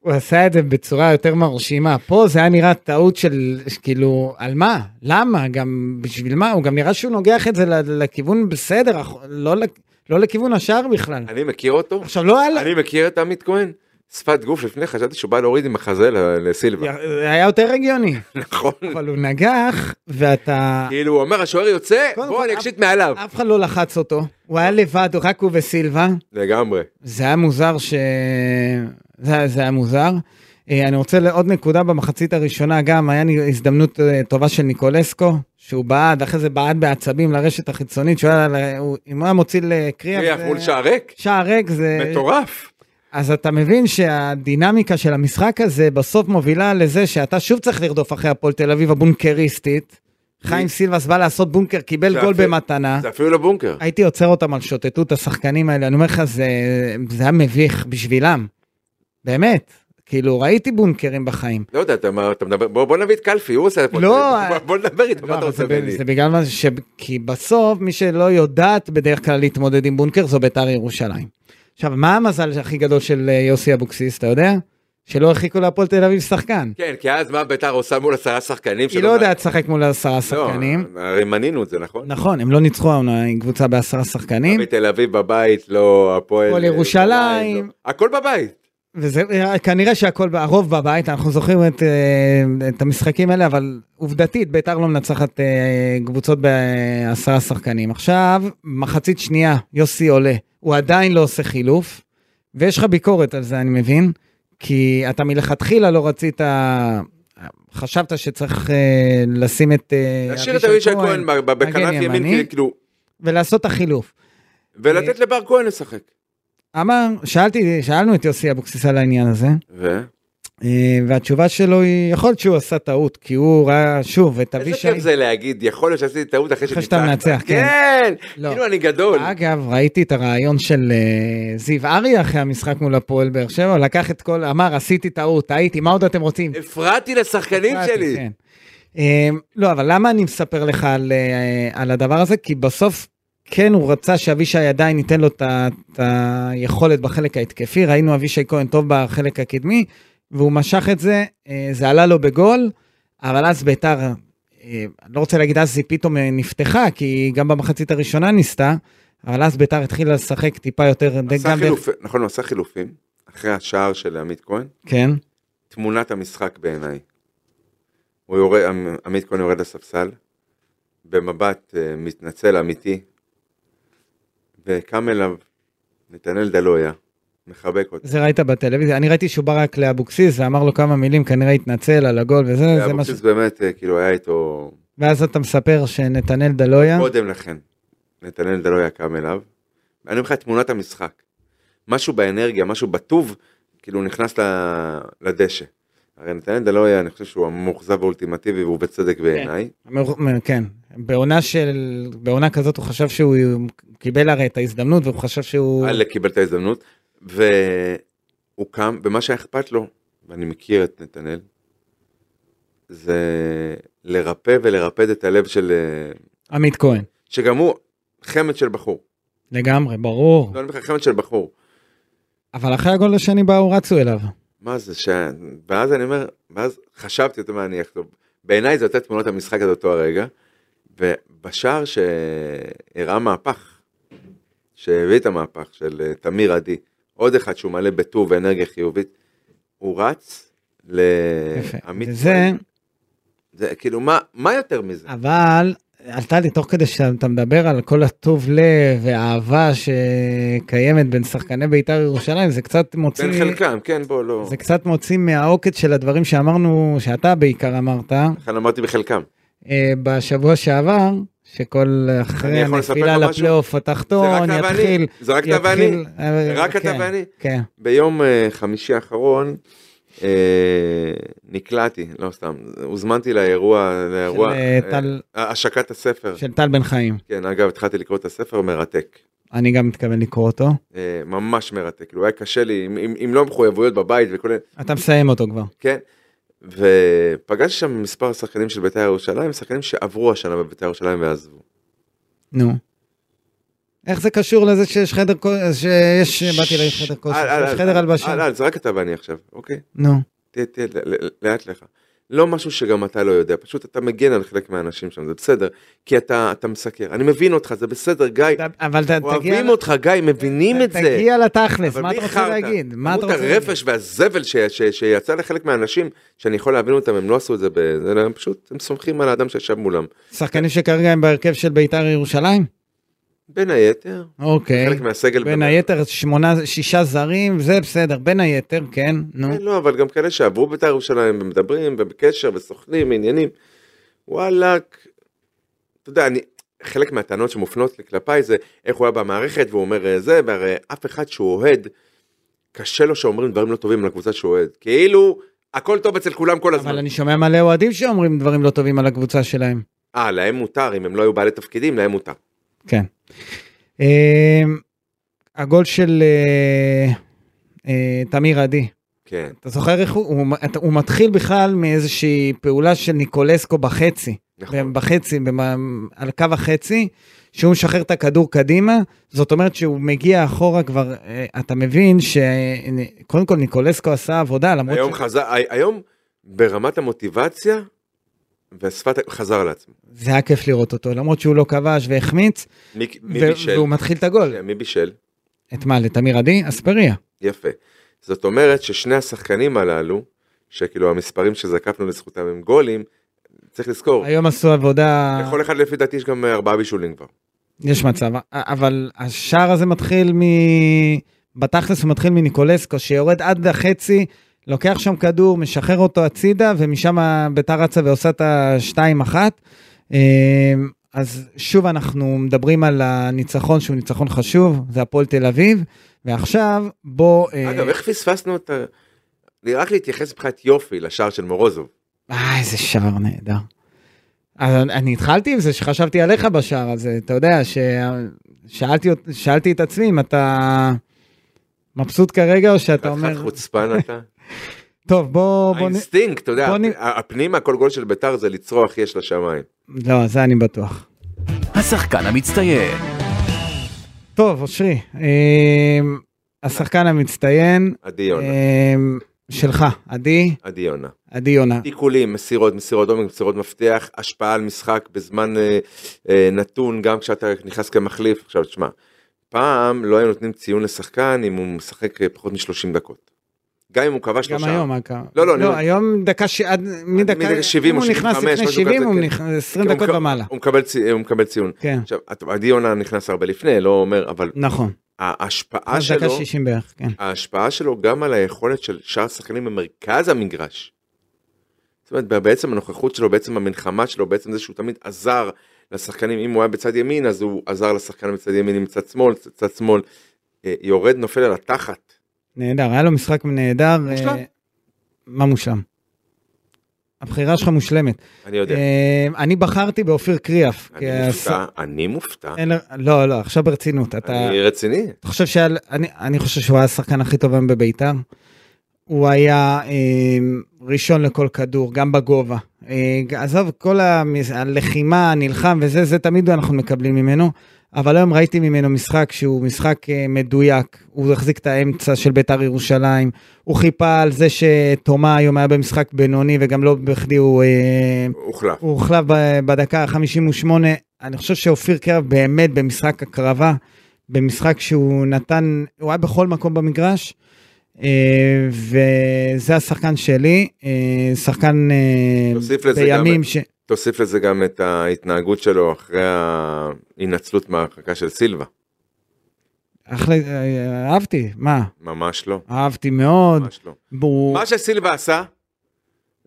הוא עשה את זה בצורה יותר מרשימה. פה זה היה נראה טעות של, כאילו, על מה? למה? גם בשביל מה? הוא גם נראה שהוא נוגח את זה ל- לכיוון בסדר, אח- לא, לכ- לא לכיוון השער בכלל.
אני מכיר אותו,
עכשיו, לא על...
אני מכיר את עמית כהן, שפת גוף לפני, חשבתי שהוא בא להוריד עם החזה ל- לסילבה.
זה היה יותר הגיוני,
נכון.
אבל הוא נגח, ואתה...
כאילו, הוא אומר, השוער יוצא,
קודם
בוא
כל,
אני
אף-
אקשיט מעליו.
אף אחד לא לחץ אותו, הוא היה לבד, רק הוא וסילבה.
לגמרי.
זה היה מוזר ש... זה, היה- זה היה מוזר. אה, אני רוצה לעוד נקודה במחצית הראשונה, גם היה לי הזדמנות אה, טובה של ניקולסקו, שהוא בעד, אחרי זה בעד בעצבים לרשת החיצונית, שהוא היה, ל- הוא, אם הוא היה מוציא לקריאף,
קריאף מול שער ריק,
שער ריק, זה...
מטורף.
אז אתה מבין שהדינמיקה של המשחק הזה בסוף מובילה לזה שאתה שוב צריך לרדוף אחרי הפועל תל אביב הבונקריסטית. חיים סילבס בא לעשות בונקר,
זה
קיבל גול
אפילו-
במתנה.
זה אפילו לא בונקר.
הייתי עוצר אותם על שוטטות השחקנים האלה, אני אומר לך, זה, זה היה מביך בשבילם. באמת. כאילו, ראיתי בונקרים בחיים.
לא יודע, אתה מה- אתה מדבר, בוא בוא נביא את קלפי, הוא עושה את הפועל
לא,
תל אביב.
אה,
בוא- בוא נדבר איתו, מה
לא,
אתה
אבל
רוצה
זה,
ממני?
ב- זה בגלל מה ש... כי בסוף, מי שלא יודעת בדרך כלל להתמודד עם בונקר זו בית"ר ירושלים. עכשיו, מה המזל הכי גדול של אה, יוסי אבוקסיס, אתה יודע? שלא הרחיקו להפועל תל אביב שחקן.
כן, כי אז מה ביתר עושה מול עשרה שחקנים?
היא לא יודעת לשחק מול עשרה
לא,
שחקנים.
הרי מנינו את זה, נכון?
נכון, הם לא ניצחו העונה עם קבוצה בעשרה שחקנים,
מכבי תל אביב בבית, לא הפועל.
הפועל ירושלים.
לא. הכל בבית.
וזה אה, כנראה שהכל, ב- הרוב בבית, אנחנו זוכרים את, אה, את המשחקים האלה, אבל עובדתית, ביתר לא מנצחת אה, קבוצות בעשרה שחקנים. עכשיו, מחצית שנייה, יוסי עולה, הוא עדיין לא עושה חילוף, ויש לך ביקורת על זה, אני מבין, כי אתה מלכתחילה לא רצית, חשבת שצריך אה, לשים את אה,
להשאיר את אבישי כהן ב- ב- בכנף
מגן
ימין,
ימני. אה,
כי- כאילו,
ולעשות את החילוף.
ולתת לבר כהן לשחק.
אמר, שאלתי, שאלנו את יוסי אבוקסיס על העניין הזה,
ו?
אה, והתשובה שלו היא, יכול להיות שהוא עשה טעות, כי הוא ראה שוב את
איזה
אבישי.
כיף זה להגיד, יכול להיות שעשיתי טעות אחרי
אחרי שאתה
שניצחת.
מנצח, כן.
כן,
לא.
כאילו אני גדול.
אגב, ראיתי את הרעיון של אה, זיו אריה אחרי המשחק מול הפועל באר שבע, לקח את כל, אמר, עשיתי טעות, טעיתי, מה עוד אתם רוצים?
הפרעתי לשחקנים
הפרעתי,
שלי.
כן. אה, לא, אבל למה אני מספר לך על, אה, על הדבר הזה? כי בסוף כן הוא רצה שאבישי עדיין ייתן לו את ה- את היכולת בחלק ההתקפי, ראינו אבישי כהן טוב בחלק הקדמי, והוא משך את זה, אה, זה עלה לו בגול, אבל אז ביתר, אה, אני לא רוצה להגיד אז היא פתאום אה, נפתחה, כי גם במחצית הראשונה ניסתה, אבל אז ביתר התחילה לשחק טיפה יותר,
עשה
גם דרך-
חילופים, נכון, הוא עשה חילופים, אחרי השער של עמית כהן,
כן,
תמונת המשחק בעיניי. הוא יורד, עמ- עמית כהן יורד לספסל, במבט אה, מתנצל אמיתי, וקם אליו נתנאל דלויה, מחבק אותו.
זה ראית בטלוויזיה, אני ראיתי שהוא בא רק לאבוקסיס ואמר לו כמה מילים, כנראה התנצל על הגול וזה, זה מה ש...
ואבוקסיס באמת, אה, כאילו, היה איתו
ואז אתה מספר שנתנאל דלויה,
קודם לכן. נתנאל דלויה קם אליו. אני אומר לך, תמונת המשחק. משהו באנרגיה, משהו בטוב, כאילו הוא נכנס ל- לדשא. הרי נתנאל דלויה, אני חושב שהוא המאוכזב האולטימטיבי, והוא בצדק בעיניי.
מ- כן, בעונה של, בעונה כזאת הוא חשב שהוא קיבל הרי את ההזדמנות והוא חשב שהוא,
אללה קיבל את ההזדמנות, והוא קם, ומה שהיה אכפת לו, ואני מכיר את נתנאל, זה לרפא ולרפד את הלב של...
עמית כהן,
שגם הוא חמד של בחור.
לגמרי, ברור,
לא, אני אומר לך, חמד של בחור.
אבל אחרי הגול השני באו רצו אליו,
מה זה ש... ואז אני אומר, ואז חשבתי אותו מה אני אכתוב. בעיניי זה יותר תמונות המשחק עד אותו הרגע, ובשער שהראה מהפך, שהביא את המהפך של אה, תמיר עדי, עוד אחד שהוא מלא בטוב ואנרגיה חיובית, הוא רץ
יפה,
לעמית.
וזה,
אה, כהן. זה כאילו, מה, מה יותר מזה?
אבל עלתה לי תוך כדי שאתה מדבר על כל הטוב לב והאהבה שקיימת בין שחקני בית"ר ירושלים, זה קצת מוציא,
בין חלקם, כן, בוא, לא.
זה קצת מוציא מהעוקץ של הדברים שאמרנו, שאתה בעיקר אמרת,
לכן אמרתי בחלקם.
אה, בשבוע שעבר, שכל
אני
אחרי
יכול לספר
הנפילה
לך משהו?
לפלייאוף התחתון
זה רק אתה ואני.
יתחיל,
זה רק אתה ואני.
יתחיל, אה,
רק אתה
כן,
ואני.
כן,
ביום אה, חמישי האחרון אה, נקלעתי, לא סתם, הוזמנתי לאירוע, לאירוע,
של, אה,
אה,
טל-
השקת הספר,
של טל בן חיים,
כן אגב התחלתי לקרוא את הספר, מרתק,
אני גם מתכוון לקרוא אותו,
אה, ממש מרתק, כאילו היה קשה לי, אם- אם אם לא מחויבויות בבית וכל מיני,
אתה מסיים אותו כבר,
כן, ופגשתי שם מספר שחקנים של בית"ר ירושלים, שחקנים שעברו השנה בבית"ר ירושלים ועזבו.
נו. איך זה קשור לזה שיש חדר כושר, שיש, באתי להגיד חדר כושר,
אה, אה,
יש חדר
אה, אה,
הלבשה,
אה, זה רק אתה ואני עכשיו, אוקיי?
נו,
תהיה, תהיה, ל- ל- לאט לך. לא משהו שגם אתה לא יודע, פשוט אתה מגן על חלק מהאנשים שם, זה בסדר, כי אתה, אתה מסקר. אני מבין אותך, זה בסדר, גיא,
אבל ת- תגיע
אוהבים
ל-
אותך, גיא, מבינים את זה.
תגיע לתכלס,
אבל
מה
מי
אתה רוצה
חרטא?
להגיד? מה אתה
כמות
רוצה להגיד?
הרפש והזבל ש- ש- שיצא לחלק מהאנשים, שאני יכול להבין אותם, הם לא עשו את זה, ב- זה- הם פשוט, הם סומכים על האדם שישב מולם.
שחקנים שכרגע הם בהרכב של ביתר ירושלים?
בין היתר,
אוקיי.
חלק מהסגל...
בין
באמת.
היתר שמונה, שישה זרים, זה בסדר, בין היתר, כן, נו.
כן, לא, אבל גם כאלה שעברו בית"ר ירושלים ומדברים ובקשר וסוכנים ועניינים. וואלאק. אתה יודע, אני, חלק מהטענות שמופנות לי כלפיי זה איך הוא היה במערכת והוא אומר אה, זה, והרי אף אחד שהוא אוהד, קשה לו שאומרים דברים לא טובים על הקבוצה שהוא אוהד. כאילו, הכל טוב אצל כולם כל הזמן.
אבל אני שומע מלא אוהדים שאומרים דברים לא טובים על הקבוצה שלהם.
אה, להם מותר, אם הם לא היו בעלי תפקידים, להם מותר.
כן. אמ, הגול של אה, אה, תמיר עדי,
כן,
אתה זוכר איך הוא, הוא, אתה- הוא מתחיל בכלל מאיזושהי פעולה של ניקולסקו בחצי,
נכון.
בחצי, במ- על קו החצי, שהוא משחרר את הכדור קדימה, זאת אומרת שהוא מגיע אחורה כבר, אה, אתה מבין שקודם כל ניקולסקו עשה עבודה, למרות
היום חזר, הי- היום ברמת המוטיבציה, והשפת, חזר לעצמו.
שזה היה כיף לראות אותו, למרות שהוא לא כבש והחמיץ,
מי מי
ו-
בישל? כן,
והוא מתחיל את הגול.
מי בישל?
את מה, לתמיר עדי? אספריה.
יפה. זאת אומרת ששני השחקנים הללו, שכאילו המספרים שזקפנו לזכותם הם גולים, צריך לזכור,
היום עשו עבודה,
לכל אחד לפי דעתי יש גם אה, ארבעה בישולים כבר.
יש מצב, א- אבל השער הזה מתחיל מ... בתכלס הוא מתחיל מניקולסקו, שיורד עד החצי, לוקח שם כדור, משחרר אותו הצידה, ומשם ביתר רצה ועושה את ה-2-1. אמ, אז שוב אנחנו מדברים על הניצחון שהוא ניצחון חשוב, זה הפועל תל אביב, ועכשיו בוא... אה,
אגב, איך פספסנו את ה... רק להתייחס מבחינת יופי לשער של מורוזוב.
אה, איזה שער נהדר. אז אני- אני התחלתי עם זה שחשבתי עליך בשער הזה, אתה יודע, ש... שאלתי, אות- שאלתי את עצמי אם אתה מבסוט כרגע או שאתה
חתיכת
אומר,
חוצפן אתה.
טוב בוא, בוא, נ...
האינסטינקט, אתה יודע,
בוא נ-
הפנימה כל גול של ביתר זה לצרוח יש לשמיים.
לא, זה אני בטוח.
השחקן המצטיין,
טוב, אושרי, אמ, השחקן המצטיין
עדי יונה,
אמ, שלך, עדי,
עדי יונה.
עדי יונה.
תיקולים, מסירות, מסירות עומק, מסירות מפתח, השפעה על משחק בזמן אה, אה, נתון, גם כשאתה נכנס כמחליף. עכשיו תשמע, פעם לא היו נותנים ציון לשחקן אם הוא משחק אה, פחות מ-30 דקות. גם אם הוא כבש
גם
שלושה.
היום, אגב.
לא, לא, אני
לא,
אומר-
היום דקה, ש... עד- מדקה,
מדקה 70
אם
או
הוא נכנס
75,
לפני
משהו
70,
כזה,
הוא
כן.
נכנס 20
הוא
דקות
מקב-
ומעלה.
הוא מקבל, צי- הוא מקבל ציון.
כן,
עכשיו, אתה- עדי יונה נכנס הרבה לפני, לא אומר, אבל
נכון.
ההשפעה
אז דקה
שלו,
60 בערך, כן.
ההשפעה שלו גם על היכולת של שאר השחקנים במרכז המגרש. זאת אומרת, בעצם הנוכחות שלו, בעצם המנחמה שלו, בעצם זה שהוא תמיד עזר לשחקנים, אם הוא היה בצד ימין, אז הוא עזר לשחקן מצד ימין עם צד שמאל, צד- צד שמאל, אה, יורד, נופל על התחת.
נהדר, היה לו משחק נהדר.
מושלם.
אה, מה מושלם? הבחירה שלך מושלמת.
אני לא יודע.
אה, אני בחרתי באופיר קריאף.
אני
כהס-
מופתע, אני מופתע,
אין לה- לא, לא, עכשיו ברצינות. אתה
אני רציני.
אתה חושב שהיה... אני- אני חושב שהוא היה השחקן הכי טוב היום בביתר. הוא היה אה, ראשון לכל כדור, גם בגובה. אה, עזוב, כל המס- הלחימה, הנלחם וזה, זה תמיד אנחנו מקבלים ממנו. אבל היום ראיתי ממנו משחק שהוא משחק אה, מדויק, הוא החזיק את האמצע של ביתר ירושלים, הוא חיפה על זה שתומה היום היה במשחק בינוני וגם לא בכדי הוא, אה,
הוחלף.
הוא הוחלף ב- בדקה ה-58. אני חושב שאופיר קרב באמת במשחק הקרבה, במשחק שהוא נתן, הוא היה בכל מקום במגרש, אה, וזה השחקן שלי, אה, שחקן אה,
תוסיף לזה גם
בימים
את-
ש...
תוסיף לזה גם את ההתנהגות שלו אחרי ההינצלות מההרחקה של סילבה.
אחלה, אה, אהבתי, מה?
ממש לא,
אהבתי מאוד.
ממש לא.
הוא...
מה שסילבה עשה,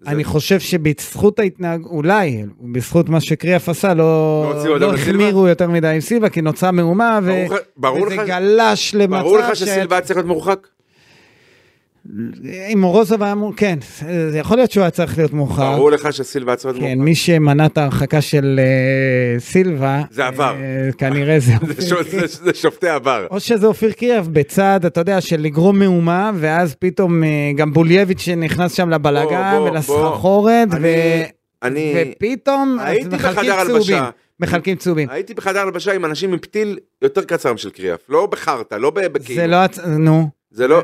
זה-
אני חושב שבזכות ההתנהג... אולי, בזכות מה שקריאף עשה, לא,
לא הוציאו
לא
אדום לסילבה?
החמירו יותר מדי עם סילבה, כי נוצרה מהומה, ו...
ברור לך- ברור
וזה
לך-
גלש למצב...
ברור
שהיה-
לך שסילבה צריך להיות מורחק?
אם מורוזוב היה אמור... כן, זה יכול להיות שהוא היה צריך להיות מאוחר.
ברור לך שסילבה צריך להיות
כן,
מורחק?
מי שמנע את ההרחקה של אה, סילבה...
זה עבר.
אה, כנראה זה...
זה ש- זה- זה שופטי עבר.
או שזה אופיר קריאף בצד, אתה יודע, של לגרום מהומה, ואז פתאום אה, גם בולייביץ' שנכנס שם לבלאגן
בוא, בוא.
ולסחרחורת, ו...
אני- אני
ופתאום אז
הייתי
מחלקים
בחדר
צהובים.
הלבשה. אה,
מחלקים צהובים.
הייתי בחדר הלבשה עם אנשים עם פתיל יותר קצר משל קריאף. לא בחרת, לא ב-
זה
בכאילו.
לא... הצ- נו.
זה לא...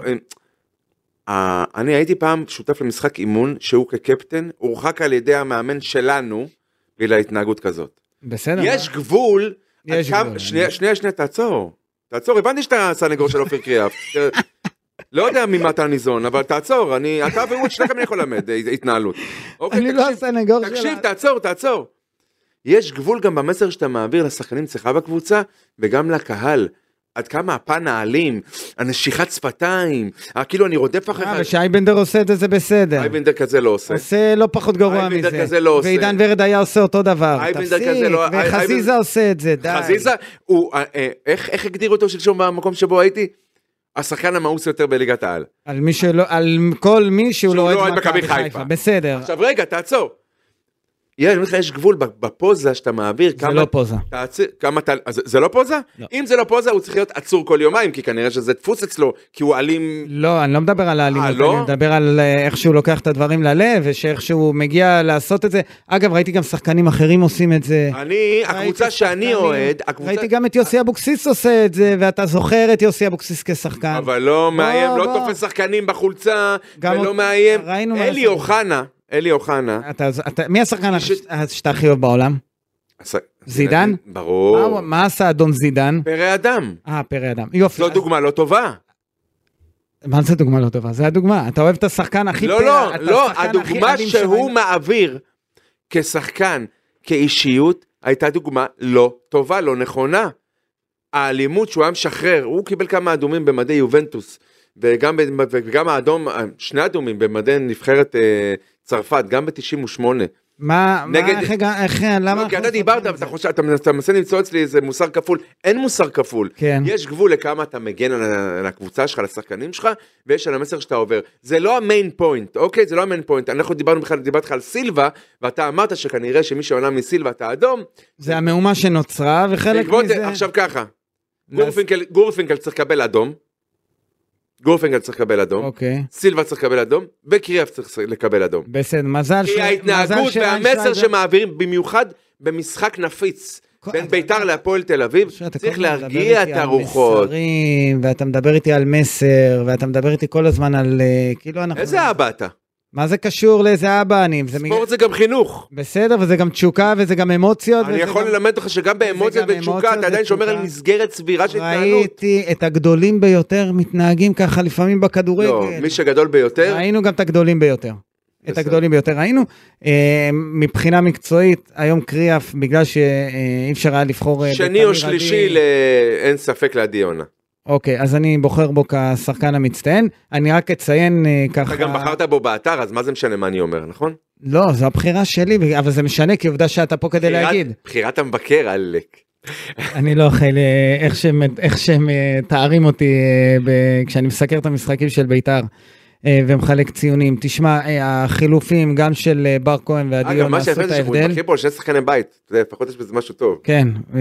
אה, אני הייתי פעם שותף למשחק אימון שהוא כקפטן הורחק על ידי המאמן שלנו בגלל התנהגות כזאת.
בסדר.
יש גבול.
יש
עד כמה-
גבול.
שנייה, שנייה, שנייה, תעצור. תעצור, הבנתי שאתה סנגור של אופיר קריאף. לא יודע ממה אתה ניזון, אבל תעצור, אני, אתה והוא, את שניכם אני יכול ללמד אה, התנהלות. אוקיי,
אני לא
תקשיב,
הסנגור שלה.
תקשיב, תעצור, תעצור. יש גבול גם במסר שאתה מעביר לשחקנים אצלך בקבוצה, וגם לקהל. עד כמה הפן האלים, הנשיכת שפתיים, אה, כאילו אני רודף
אה,
אחריך.
ושאייבנדר עושה את זה, זה בסדר.
אייבנדר כזה לא עושה.
עושה לא פחות גרוע
אייבנדר
מזה.
כזה לא עושה.
ועידן ורד היה עושה אותו דבר.
אייבנדר
תפסיק,
כזה לא- אי-
וחזיזה
אייבנ-
עושה את זה, די.
חזיזה, הוא, אה, אה, איך איך הגדירו אותו שלשום במקום שבו הייתי? השחקן המאוס יותר בליגת העל.
על מי שלא, על כל מי שהוא לא
שהוא לא
אוהד
אוהד מכבי חיפה.
בסדר,
עכשיו רגע, תעצור. יאללה, אני אומר לך, יש גבול בפוזה שאתה מעביר,
זה
כמה...
לא פוזה.
תעציר, כמה אתה... אז זה לא פוזה?
לא.
אם זה לא פוזה, הוא צריך להיות עצור כל יומיים, כי כנראה שזה דפוס אצלו, כי הוא אלים...
לא, אני לא מדבר על
אה,
האלימות,
לא?
אני מדבר על אה, איך שהוא לוקח את הדברים ללב, ושאיך שהוא מגיע לעשות את זה. אגב, ראיתי גם שחקנים אחרים עושים את זה.
אני,
לא.
הקבוצה
ראיתי
שאני
שחקנים-
אוהד, הקבוצה...
ראיתי גם את יוסי אבוקסיס עושה את זה, ואתה זוכר את יוסי אבוקסיס כשחקן.
אבל לא מאיים, לא
בוא.
תופס שחקנים בחולצה,
גם
ולא
אות-
לא מאיים.
ראינו מה
אלי
עשו.
אוחנה, אלי אוחנה.
אתה- אתה- מי השחקן
ש-
הש- שאתה הכי אוהב בעולם?
עשה-
זידן? מה הוא-
ברור.
מה עשה אדון זידן?
פרא אדם.
אה, פרא אדם. יופי.
זו
אז-
דוגמה לא טובה.
מה זה דוגמה לא טובה? זה הדוגמה. אתה אוהב את השחקן הכי
לא,
פרא,
לא,
אתה
לא,
השחקן הכי
הדוגמה
אלים
שהוא
שראינו.
מעביר כשחקן, כאישיות, הייתה דוגמה לא טובה, לא נכונה. האלימות שהוא היה משחרר, הוא קיבל כמה אדומים במדי יובנטוס, וגם, ב- וגם האדום, שני אדומים במדי נבחרת אה, צרפת, גם ב-98.
מה, מה,
נגד-
איך הגע- איך, למה?
לא, כי
אנחנו
אתה
סותרים
דיברת,
את
אתה
זה?
חושב, אתה אתה מנסה למצוא אצלי איזה מוסר כפול, אין מוסר כפול.
כן.
יש גבול לכמה אתה מגן על ה- על הקבוצה שלך, על השחקנים שלך, ויש על המסר שאתה עובר. זה לא המיין פוינט, אוקיי? זה לא המיין פוינט. אנחנו דיברנו בכלל, דיברתי לך על סילבה, ואתה אמרת שכנראה שמי שעונה מסילבה אתה אדום.
זה המהומה שנוצרה, וחלק
בעקבות
מזה...
זה, עכשיו ככה,
נס-
גורפינקל- גורפינקל צריך לקבל אדום. גורפינקל צריך לקבל אדום.
אוקיי.
סילבה צריך לקבל אדום, וקריאף צריך לקבל אדום.
בסדר, מזל
כי ההתנהגות והמסר שמעבירים, במיוחד במשחק נפיץ
כל-
בין
אתה-
ביתר להפועל תל אביב, צריך להרגיע את הרוחות.
ואתה מדבר איתי על מסר, ואתה מדבר איתי כל הזמן על... אה, כאילו אנחנו...
איזה אבא אתה?
מה זה קשור לאיזה אבא אני? זה מגיע-
ספורט זה גם חינוך.
בסדר, וזה גם תשוקה, וזה גם אמוציות.
אני
וזה
יכול
גם-
ללמד אותך שגם באמוציות
גם
ותשוקה
אמוציות
אתה עדיין שומר על
ותשוקה.
מסגרת סבירה של התנהלות.
ראיתי את הגדולים ביותר מתנהגים ככה לפעמים בכדורגל.
לא, מי שגדול ביותר,
ראינו גם את הגדולים ביותר. את
בסדר.
הגדולים ביותר ראינו. אה, מבחינה מקצועית, היום קריאף, בגלל שאי אפשר היה לבחור... אה,
שני
בתמיר
או
עדי-
שלישי, ל- אין ספק לעדי יונה.
אוקיי, אז אני בוחר בו כשחקן המצטיין. אני רק אציין אה, ככה...
אתה גם בחרת בו באתר, אז מה זה משנה מה אני אומר, נכון?
לא, זו הבחירה שלי, אבל זה משנה, כי עובדה שאתה פה כדי
בחירת-
להגיד.
בחירת המבקר, עלק.
אני לא אוכל אה, איך שהם, איך שהם אה, תארים אותי אה, ב- כשאני מסקר את המשחקים של בית"ר אה, ומחלק ציונים. תשמע, אה, החילופים גם של אה, בר כהן ועדי
אגב,
יונה
מה שיפה
עשו את
זה שאנחנו
ההבדל.
מתמחים פה על שני שחקני בית, אתה יודע, לפחות יש בזה משהו טוב.
כן, אה,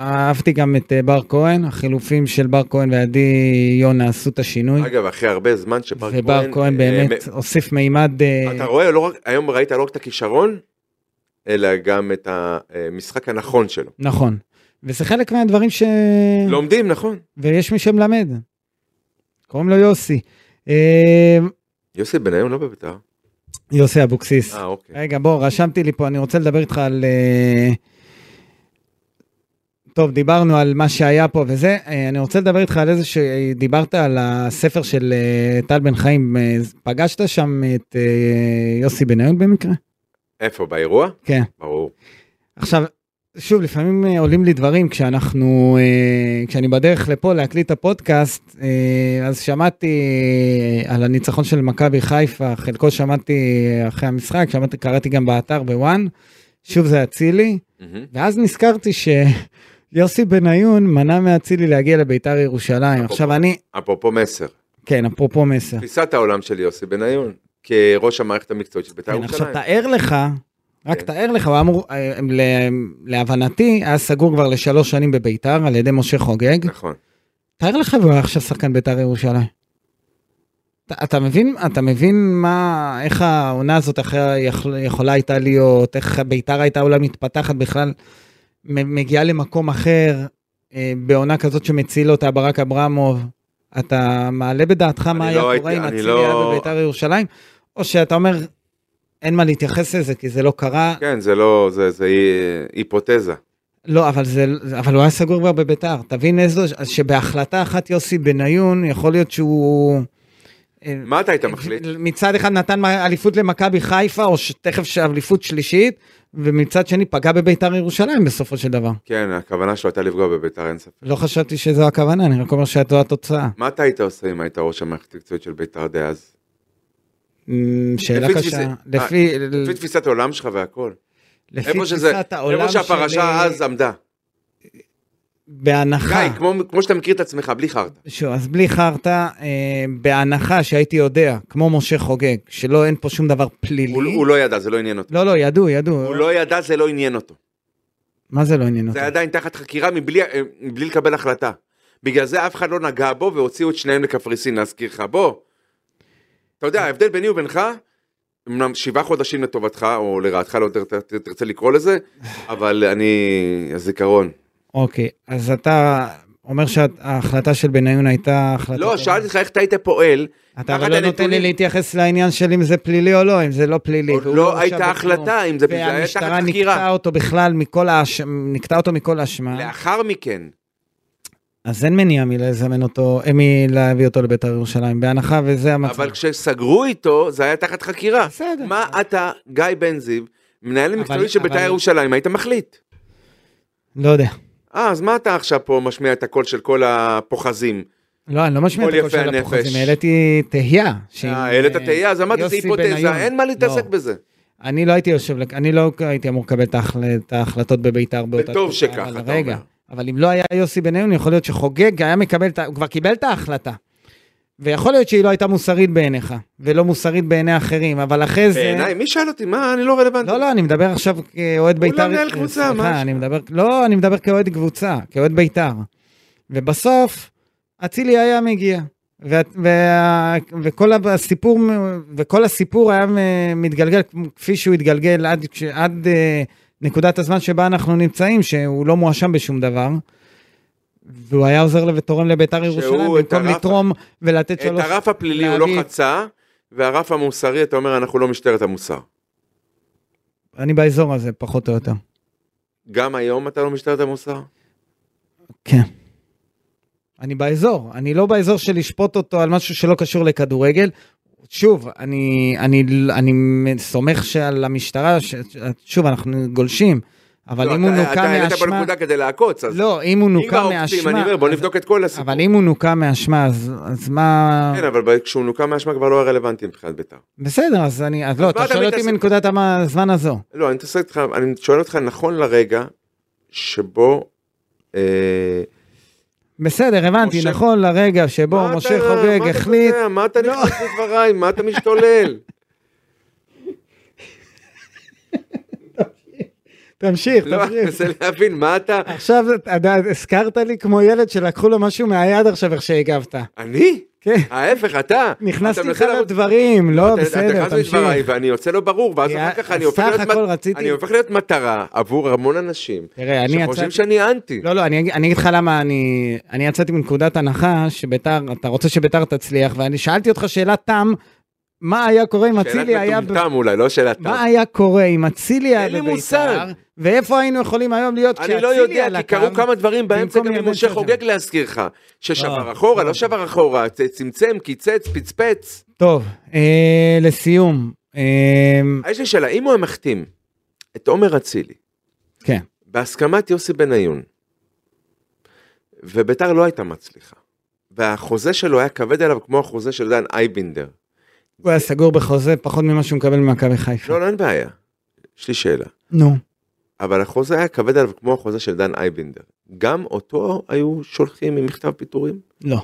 אהבתי גם את אה, בר כהן, החילופים של בר כהן ועדי יונה עשו את השינוי.
אגב, אחרי הרבה זמן שבר כהן...
ובר כן. כהן
אה,
באמת הוסיף מימד, אה,
אתה רואה, לא רק- היום ראית לא רק את הכישרון, אלא גם את המשחק הנכון שלו.
נכון. וזה חלק מהדברים ש... כן.
לומדים, נכון.
ויש מי שמלמד. קוראים לו יוסי. אה,
יוסי בניון לא בביתר.
יוסי אבוקסיס.
אה, אוקיי.
רגע, בוא, רשמתי לי פה, אני רוצה לדבר איתך על... אה, טוב, דיברנו על מה שהיה פה וזה, אה, אני רוצה לדבר איתך על איזה שדיברת על הספר של אה, טל בן חיים, אה, פגשת שם את אה, יוסי בניון במקרה?
איפה, באירוע?
כן.
ברור.
עכשיו, שוב, לפעמים אה, עולים לי דברים כשאנחנו, אה, כשאני בדרך לפה להקליט את הפודקאסט, אה, אז שמעתי אה, על הניצחון של מכבי חיפה, חלקו שמעתי אה, אחרי המשחק, שמעתי, קראתי גם באתר בוואן, שוב זה אצילי,
מהמם.
ואז נזכרתי שיוסי בניון מנע מאצילי להגיע לביתר ירושלים. עכשיו אני,
אפרופו מסר,
כן, אפרופו מסר.
תפיסת העולם של יוסי בניון, כראש המערכת המקצועית של בית"ר
כן, עכשיו
ירושלים.
תאר לך, רק
כן.
תאר לך, הוא היה אמור, אה, ל- להבנתי, היה סגור כבר לשלוש שנים בביתר על ידי משה חוגג.
נכון.
תאר לך והוא היה עכשיו שחקן ביתר ירושלים. אתה, אתה מבין, אתה מבין מה, איך העונה הזאת אחרי יכול, יכולה הייתה להיות, איך ביתר הייתה אולי מתפתחת בכלל, מ- מגיעה למקום אחר, אה, בעונה כזאת שמציל אותה ברק אברמוב. אתה מעלה בדעתך מה
אני
היה
לא
קורה
הייתי-
אם
אני
אצילי
לא-
היה בביתר ירושלים, או שאתה אומר, אין מה להתייחס לזה כי זה לא קרה,
כן, זה לא, זה, זה הי- היפותזה.
לא, אבל, זה, אבל הוא היה סגור כבר בביתר. תבין איזו, שבהחלטה אחת יוסי בניון, יכול להיות שהוא... אה,
מה אתה
כן,
היית מחליט?
מצד אחד נתן מה- אליפות למכבי חיפה, או ש- תכף ש- אליפות שלישית, ומצד שני פגע בביתר ירושלים בסופו של דבר.
כן, הכוונה שלו הייתה לפגוע בביתר, אין ספק.
לא חשבתי שזו הכוונה, אני רק אומר שזו התוצאה.
מה אתה היית עושה אם היית ראש המערכת המקצועית של ביתר דאז?
אמ, שאלה
לפי
קשה.
תפיסה- אה,
לפי
לפי תפיסת העולם שלך והכל.
לפי
איפה שזה,
תפיסת העולם
איפה שהפרשה
שלי, אה.
אז עמדה.
בהנחה,
גיא, כמו- כמו שאתה מכיר את עצמך, בלי חרטא.
שוב, אז בלי חרטא, אה, בהנחה שהייתי יודע, כמו משה חוגג, שלא אין פה שום דבר
הוא
פלילי.
הוא לא ידע, זה לא עניין אותו.
לא, לא, ידעו, ידעו.
הוא לא ידע, זה לא עניין אותו.
מה זה לא עניין אותי?
זה עדיין תחת חקירה מבלי, אה, מבלי לקבל החלטה. בגלל זה אף אחד לא נגע בו והוציאו את שניהם לקפריסין, להזכיר לך. בוא. אתה יודע, ההבדל ביני ובינך, אמנם שבעה חודשים לטובתך, או לרעתך, לא יותר ת- תרצה לקרוא לזה, אבל אני, הזיכרון.
אוקיי, אז אתה אומר שההחלטה של בניון הייתה החלטה...
לא,
טובה.
שאלתי אותך איך אתה היית פועל.
אתה אבל
תחת
לא נותן לי
הנתונים.
להתייחס לעניין של אם זה פלילי או לא, אם זה לא פלילי.
עוד
והוא
לא
הורשע
הייתה
בכלום.
החלטה אם זה פלילי, היה תחת
והמשטרה נקטעה
חקירה.
אותו בכלל מכל האש... נקטעה אותו מכל האשמה,
לאחר מכן,
אז אין מניעה מלזמן אותו, אה, מלהביא אותו לבית"ר ירושלים, בהנחה וזה המצב.
אבל כשסגרו איתו, זה היה תחת חקירה.
בסדר.
מה אתה, גיא בן זיו, מנהל המקצועי של בית"ר
אבל-
ירושלים, היית מחליט?
לא יודע.
אה, אז מה אתה עכשיו פה משמיע את הקול של כל הפוחזים?
לא, אני לא משמיע את
כל
הקול
יפי
של
הנפש.
הפוחזים, העליתי תהייה. שאם,
אה, העלית
אה,
תהייה, אז אמרתי, זה
יוסי
היפותזה,
בניון-
אין מה להתעסק
לא.
בזה.
אני לא הייתי יושב, לק- אני לא הייתי אמור לקבל את ההחל- את ההחלטות בביתר באותה
וטוב שכך,
אבל
אתה
רגע,
אומר.
אבל אם לא היה יוסי בניון, יכול להיות שחוגג היה מקבל, את ה- הוא כבר קיבל את ההחלטה. ויכול להיות שהיא לא הייתה מוסרית בעיניך, ולא מוסרית בעיני אחרים, אבל אחרי זה...
בעיניי, מי שאל אותי? מה, אני לא רלוונטי.
לא, לא, אני מדבר עכשיו כאוהד בית"ר.
לא מנהל קבוצה, מה יש
סליחה,
לך?
אני מדבר... לא, אני מדבר כאוהד קבוצה, כאוהד בית"ר. ובסוף, אצילי היה מגיע. וה, וה, וכל הסיפור, וכל הסיפור היה אה, מתגלגל כפי שהוא התגלגל עד, כש- עד אה, נקודת הזמן שבה אנחנו נמצאים, שהוא לא מואשם בשום דבר. והוא היה עוזר ותורם לביתר
שהוא
ירושלים,
את
במקום
הרף-
לתרום ולתת
את
שלוש...
הרף הפלילי הוא לא
להביא-
חצה, והרף המוסרי, אתה אומר, אנחנו לא משטרת המוסר.
אני באזור הזה, פחות או יותר.
גם היום אתה לא משטרת המוסר?
כן. אני באזור, אני לא באזור של לשפוט אותו על משהו שלא קשור לכדורגל. שוב, אני, אני, אני סומך שעל המשטרה, ש, שוב, אנחנו גולשים, אבל
לא,
אם הוא
אתה-
נוקע
אתה העלית
מאשמה...
בנקודה כדי לעקוץ, אז
לא, אם הוא
אם כבר
נוקע
עוקצים, אני
מאשמה...
אומר, בוא
אז-
נבדוק את כל הסיפור.
אבל אם הוא נוקע מאשמה, אז, אז מה...
כן, אבל כשהוא נוקם מאשמה כבר לא היה רלוונטי מבחינת בית"ר.
בסדר, אז אני... אז
מה
לא, אתה
אתה
שואל אותי
מתעסק?
מנקודת המ- הזמן הזו.
לא, אני מתעסק איתך, אני שואל אותך נכון לרגע שבו... אה,
בסדר, הבנתי,
משה-
נכון לרגע שבו
מה אתה-
משה
מה
חוגג
אתה
החליט... לא.
יודע? מה אתה נכנס לדבריי? מה אתה משתולל?
תמשיך,
לא, אני
תמשיך.
מנסה להבין, מה אתה...
עכשיו אתה יודע, הזכרת לי כמו ילד שלקחו לו משהו מהיד עכשיו איך שהגבת.
אני?
כן.
ההפך, אתה.
נכנסתי
אתה
לך
מנסה לעבוד-
לדברים, לא
אתה- אתה
בסדר,
נכנס
תמשיך.
לדבריי ואני יוצא לא ברור, ואז
כי
אחר כך אני הופך
סך
להיות מט-
הכל רציתי-
אני הופך להיות מטרה עבור המון אנשים,
תראה, אני
שחושבים
יצאתי...
שאני אנטי.
לא, לא, אני אגיד- אני אגיד לך למה אני... אני יצאתי מנקודת הנחה שביתר, אתה רוצה שביתר תצליח, ואני שאלתי אותך שאלת תם, מה היה קורה אם אצילי היה...
שאלת
ב-
מטומטם אולי, לא שאלת תם.
מה היה קורה אם אצילי היה
לי
בביתר,
מושג. ואיך
ואיפה היינו יכולים היום להיות
אני לא
כשאצילי
יודע,
על
כי
הקו?
קרו כמה דברים באמצע
במקום
גם עם
ירדן
משה
שועה.
חוגג להזכיר לך. ששבר
לא,
אחורה,
לא.
לא שבר אחורה, צ- צמצם, קיצץ, פצפץ.
טוב, אה, לסיום, אה,
יש לי שאלה, אם הוא היה מחתים את עומר אצילי,
כן.
בהסכמת יוסי בניון, וביתר לא הייתה מצליחה, והחוזה שלו היה כבד עליו כמו החוזה של דן אייבינדר.
הוא היה סגור בחוזה פחות ממה שהוא מקבל ממכבי חיפה.
לא, לא, אין בעיה. יש לי שאלה.
נו.
אבל החוזה היה כבד עליו כמו החוזה של דן אייבינדר. גם אותו היו שולחים עם מכתב פיטורים?
לא.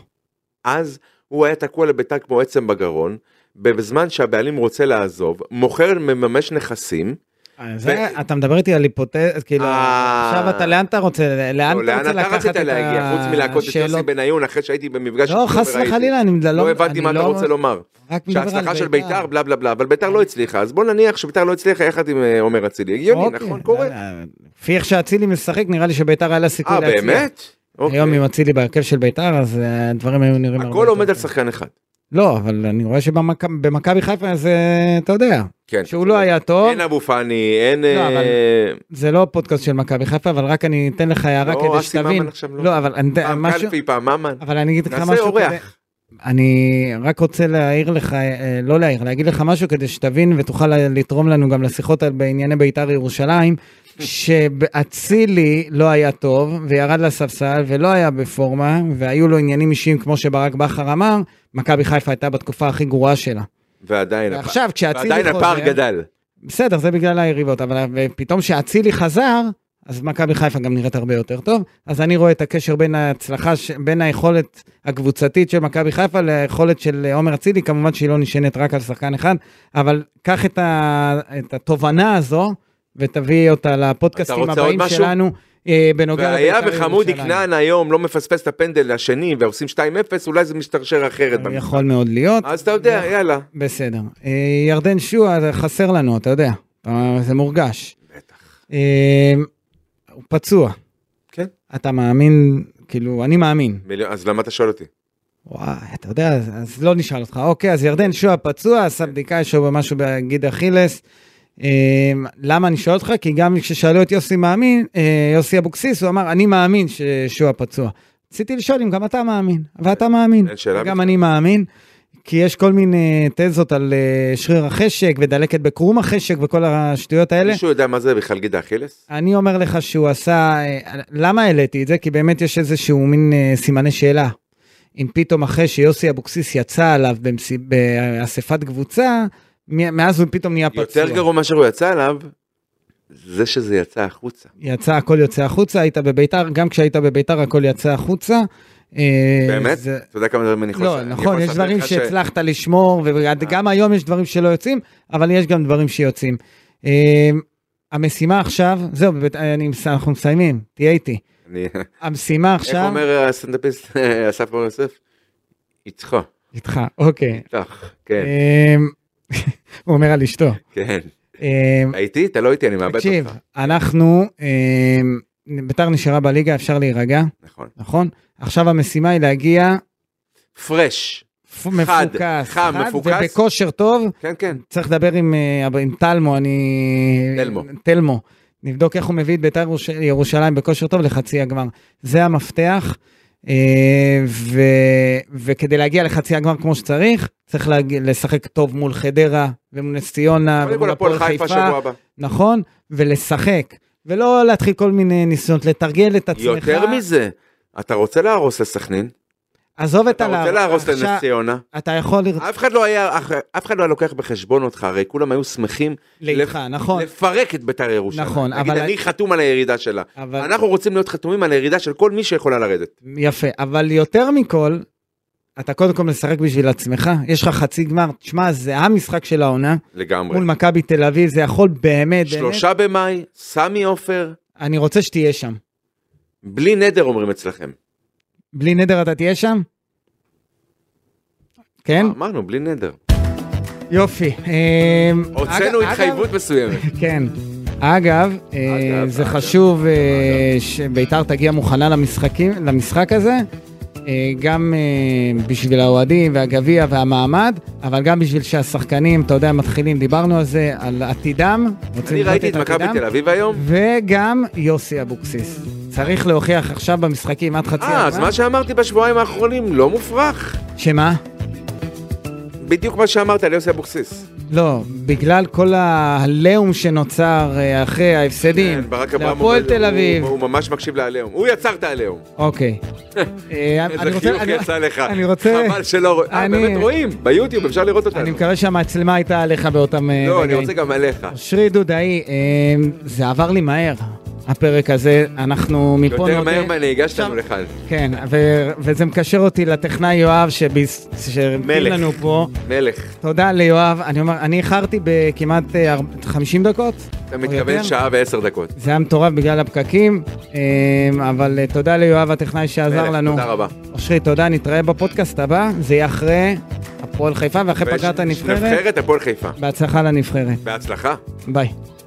אז הוא היה תקוע לביתר כמו עצם בגרון, בזמן שהבעלים רוצה לעזוב, מוכר, מממש נכסים,
זה, אתה מדבר איתי על היפותז, כאילו,
אה.
עכשיו אתה, לאן אתה רוצה, לאן
לא,
אתה
לאן
רוצה
אתה
לקחת
רצית
את
להגיע, חוץ מלהכות את יוסי
השאלות?
בניון אחרי שהייתי במפגש
לא,
עם
חס
חבר,
וחלילה, אני לא...
לא הבנתי מה
אני
אתה רוצה לומר.
רק מדבר על כן.
שההצלחה של ביתר, בלה בלה בלה, אבל ביתר לא הצליחה, אז בוא נניח שביתר לא הצליחה יחד עם אה, עומר אצילי. הגיוני,
אוקיי,
נכון? קורה.
לא, לא, לפי איך שאצילי משחק, נראה לי שביתר היה לה סיכוי
אה,
להצליח.
באמת? אוקיי.
היום אם אצילי בהרכב של ביתר, אז אה, הדברים היו נראים... הרבה
הכל
יותר
עומד על
טוב.
שחקן אחד.
לא, אבל אני רואה שבמכבי חיפה זה, אתה יודע,
כן.
שהוא לא היה טוב,
אין אבו פאני, אין...
לא, אבל-
אה,
זה לא פודקאסט של מכבי חיפה, אבל רק אני אתן לך הערה
לא,
כדי
אסי ממן
שתבין.
עכשיו לא.
לא, אבל אני אתן
פעם
משהו...
קלפי, פעם ממן.
אבל אני אגיד לך משהו...
נעשה
כדי-
אורח.
אני רק רוצה להעיר לך, אה, לא להעיר, להגיד לך משהו כדי שתבין ותוכל לתרום לנו גם לשיחות על- בענייני בית"ר ירושלים, שאצילי לא היה טוב וירד לספסל ולא היה בפורמה, והיו לו עניינים אישיים כמו שברק בכר אמר, מכבי חיפה הייתה בתקופה הכי גרועה שלה.
ועדיין הפ-
ועכשיו כשאצילי
כן, ועדיין הפער
חוזר,
גדל.
בסדר זה בגלל היריבות, אבל פתאום כשאצילי חזר, אז מכבי חיפה גם נראית הרבה יותר טוב, אז אני רואה את הקשר בין ההצלחה, ש- בין היכולת הקבוצתית של מכבי חיפה ליכולת של אה, עומר אצילי, כמובן שהיא לא נשענת רק על שחקן אחד, אבל קח את, ה... את התובנה הזו ותביא אותה
אתה
לפודקאסטים
רוצה עוד
הבאים
משהו?
שלנו, אה, בנוגע
והיה
לבית"ר
וחמודי
ירושלים.
כנען היום לא מפספס את הפנדל השני ועושים 2-0, אולי זה משתרשר אחרת. במשחק.
יכול מאוד להיות,
אז אתה יודע, יאללה.
בסדר. אה, ירדן שועה זה חסר לנו, אתה יודע, אה, זה מורגש.
בטח.
אה, הוא פצוע.
כן.
אתה מאמין, כאילו, אני מאמין.
מיליון- אז למה אתה שואל אותי?
וואי, אתה יודע, אז, אז לא נשאל אותך. אוקיי, אז ירדן שועה פצוע, עשה
כן.
בדיקה, יש לו משהו בגיד אכילס. אה, למה אני שואל אותך? כי גם כששאלו את יוסי מאמין, אה, יוסי אבוקסיס, הוא אמר, אני מאמין ששועה פצוע. רציתי לשאול אם גם אתה מאמין, ואתה מאמין.
אין שאלה
גם
בכלל.
אני מאמין, כי יש כל מיני תזות על אה, שריר החשק ודלקת בקרום החשק וכל השטויות האלה.
מישהו יודע מה זה בכלל גיד האכילס?
אני אומר לך שהוא עשה, אה, למה העליתי את זה? כי באמת יש איזשהו מין אה, סימני שאלה. אם פתאום אחרי שיוסי אבוקסיס יצא עליו במסי- באספת קבוצה, מ- מאז הוא פתאום נהיה פצוע.
יותר גרוע מאשר הוא יצא עליו, זה שזה יצא החוצה.
יצא, הכל יוצא החוצה, היית בביתר, גם כשהיית בביתר הכל יצא החוצה. אה,
באמת?
זה-
אתה יודע כמה דברים אני יכול...
לא,
אני
נכון,
יכול
יש
לספר
דברים
לך ש- אה.
שהצלחת לשמור, וגם היום יש דברים שלא יוצאים, אבל יש גם דברים שיוצאים. אה, המשימה עכשיו, זהו, בבית- אני מס- אנחנו מסיימים, תהיה איתי.
אני-
המשימה
איך
עכשיו,
אומר הסטנדאפיסט אסף בר יוסף? איתך,
איתך, אוקיי.
איתך, כן,
אמ, הוא אומר על אשתו.
כן.
אמ,
אתה איתי? אתה לא איתי, אני מאבד
תקשיב,
אותך.
אנחנו, אמ, ביתר נשארה בליגה, אפשר להירגע,
נכון.
נכון? עכשיו המשימה היא להגיע
פרש.
פ-
חד,
מפוקס,
חם, מפוקס.
ובכושר טוב.
כן, כן.
צריך לדבר עם, אה, אב- עם טלמו, אני...
תלמו.
תלמו. נבדוק איך הוא מביא את בית"ר ירוש- ירושלים בכושר טוב לחצי הגמר. זה המפתח, אה, ו... וכדי להגיע לחצי הגמר כמו שצריך, צריך להג... לשחק טוב מול חדרה ומול נס ציונה
קודם כל
ומול
הפועל חיפה שבוע הבא.
נכון? ולשחק, ולא להתחיל כל מיני ניסיונות לתרגל את עצמך.
יותר מזה, אתה רוצה להרוס לסכנין,
עזוב את
אתה
הלאו.
רוצה להרוס
עכשיו,
לנס ציונה,
אתה יכול לרצ-
אף אחד לא היה אף- אף אחד לא היה לוקח בחשבון אותך, הרי כולם היו שמחים
לאיתך, נכון.
לפרק את ביתר ירושלים.
נכון,
להגיד,
אבל-
אני חתום על הירידה שלה.
אבל...
אנחנו רוצים להיות חתומים על הירידה של כל מי שיכולה לרדת.
יפה, אבל יותר מכל, אתה קודם כל משחק בשביל עצמך, יש לך חצי גמר, תשמע, זה המשחק של העונה,
לגמרי.
מול מכבי תל אביב, זה יכול באמת, באמת,
שלושה במאי, סמי עופר,
אני רוצה שתהיה שם.
בלי נדר אומרים אצלכם.
בלי נדר אתה תהיה שם? כן?
אמרנו, בלי נדר.
יופי. אמ,
הוצאנו
אגב-
התחייבות מסוימת.
כן. אגב, אה,
אגב,
זה
אגב.
חשוב אה, שביתר תגיע מוכנה למשחקים, למשחק הזה, אה, גם אה, בשביל האוהדים והגביע והמעמד, אבל גם בשביל שהשחקנים, אתה יודע, מתחילים, דיברנו על זה, על עתידם, רוצים
אני
לבנות
ראיתי את מכבי
עתידם,
תל אביב היום.
וגם יוסי אבוקסיס. צריך להוכיח עכשיו במשחקים עד חצי
אה, אז מה שאמרתי בשבועיים האחרונים לא מופרך.
שמה?
בדיוק מה שאמרת על יוסי אבוקסיס.
לא, בגלל כל הלאום שנוצר אה, אחרי ההפסדים,
כן, ברק אברמוב,
להפועל
הוא-
תל אביב.
הוא ממש מקשיב לעליהום. הוא יצר את העליהום.
אוקיי. אה, אני
איזה
רוצה-
חיוך
אני-
יצא לך.
אני רוצה...
חבל שלא רואים. אה,
אני-
באמת רואים. ביוטיוב אפשר לראות אותנו.
אני מקווה שהמצלמה הייתה עליך באותם אה,
לא, אני
רגעים.
רוצה גם עליך.
אושרי דודאי, אה, זה עבר לי מהר, הפרק הזה. אנחנו מפה נודה...
יותר מהר מהנהיגה שלנו
שם-
לכאן.
כן, ו- וזה מקשר אותי לטכנאי יואב שביס- שהמתין
מלך.
לנו פה.
מלך.
תודה ליואב. אני אומר, אני איחרתי בכמעט אה, ארבע- 50 דקות.
אתה
או
מתכוון
יותר.
שעה ועשר דקות.
זה היה מטורף בגלל הפקקים, אה, אבל אה, תודה ליואב הטכנאי שעזר
מלך,
לנו.
תודה רבה.
אושרי, תודה, נתראה בפודקאסט הבא, זה יהיה אחרי הפועל חיפה ואחרי פגרת
וש-
הנבחרת.
נבחרת הפועל חיפה.
בהצלחה לנבחרת.
בהצלחה.
ביי.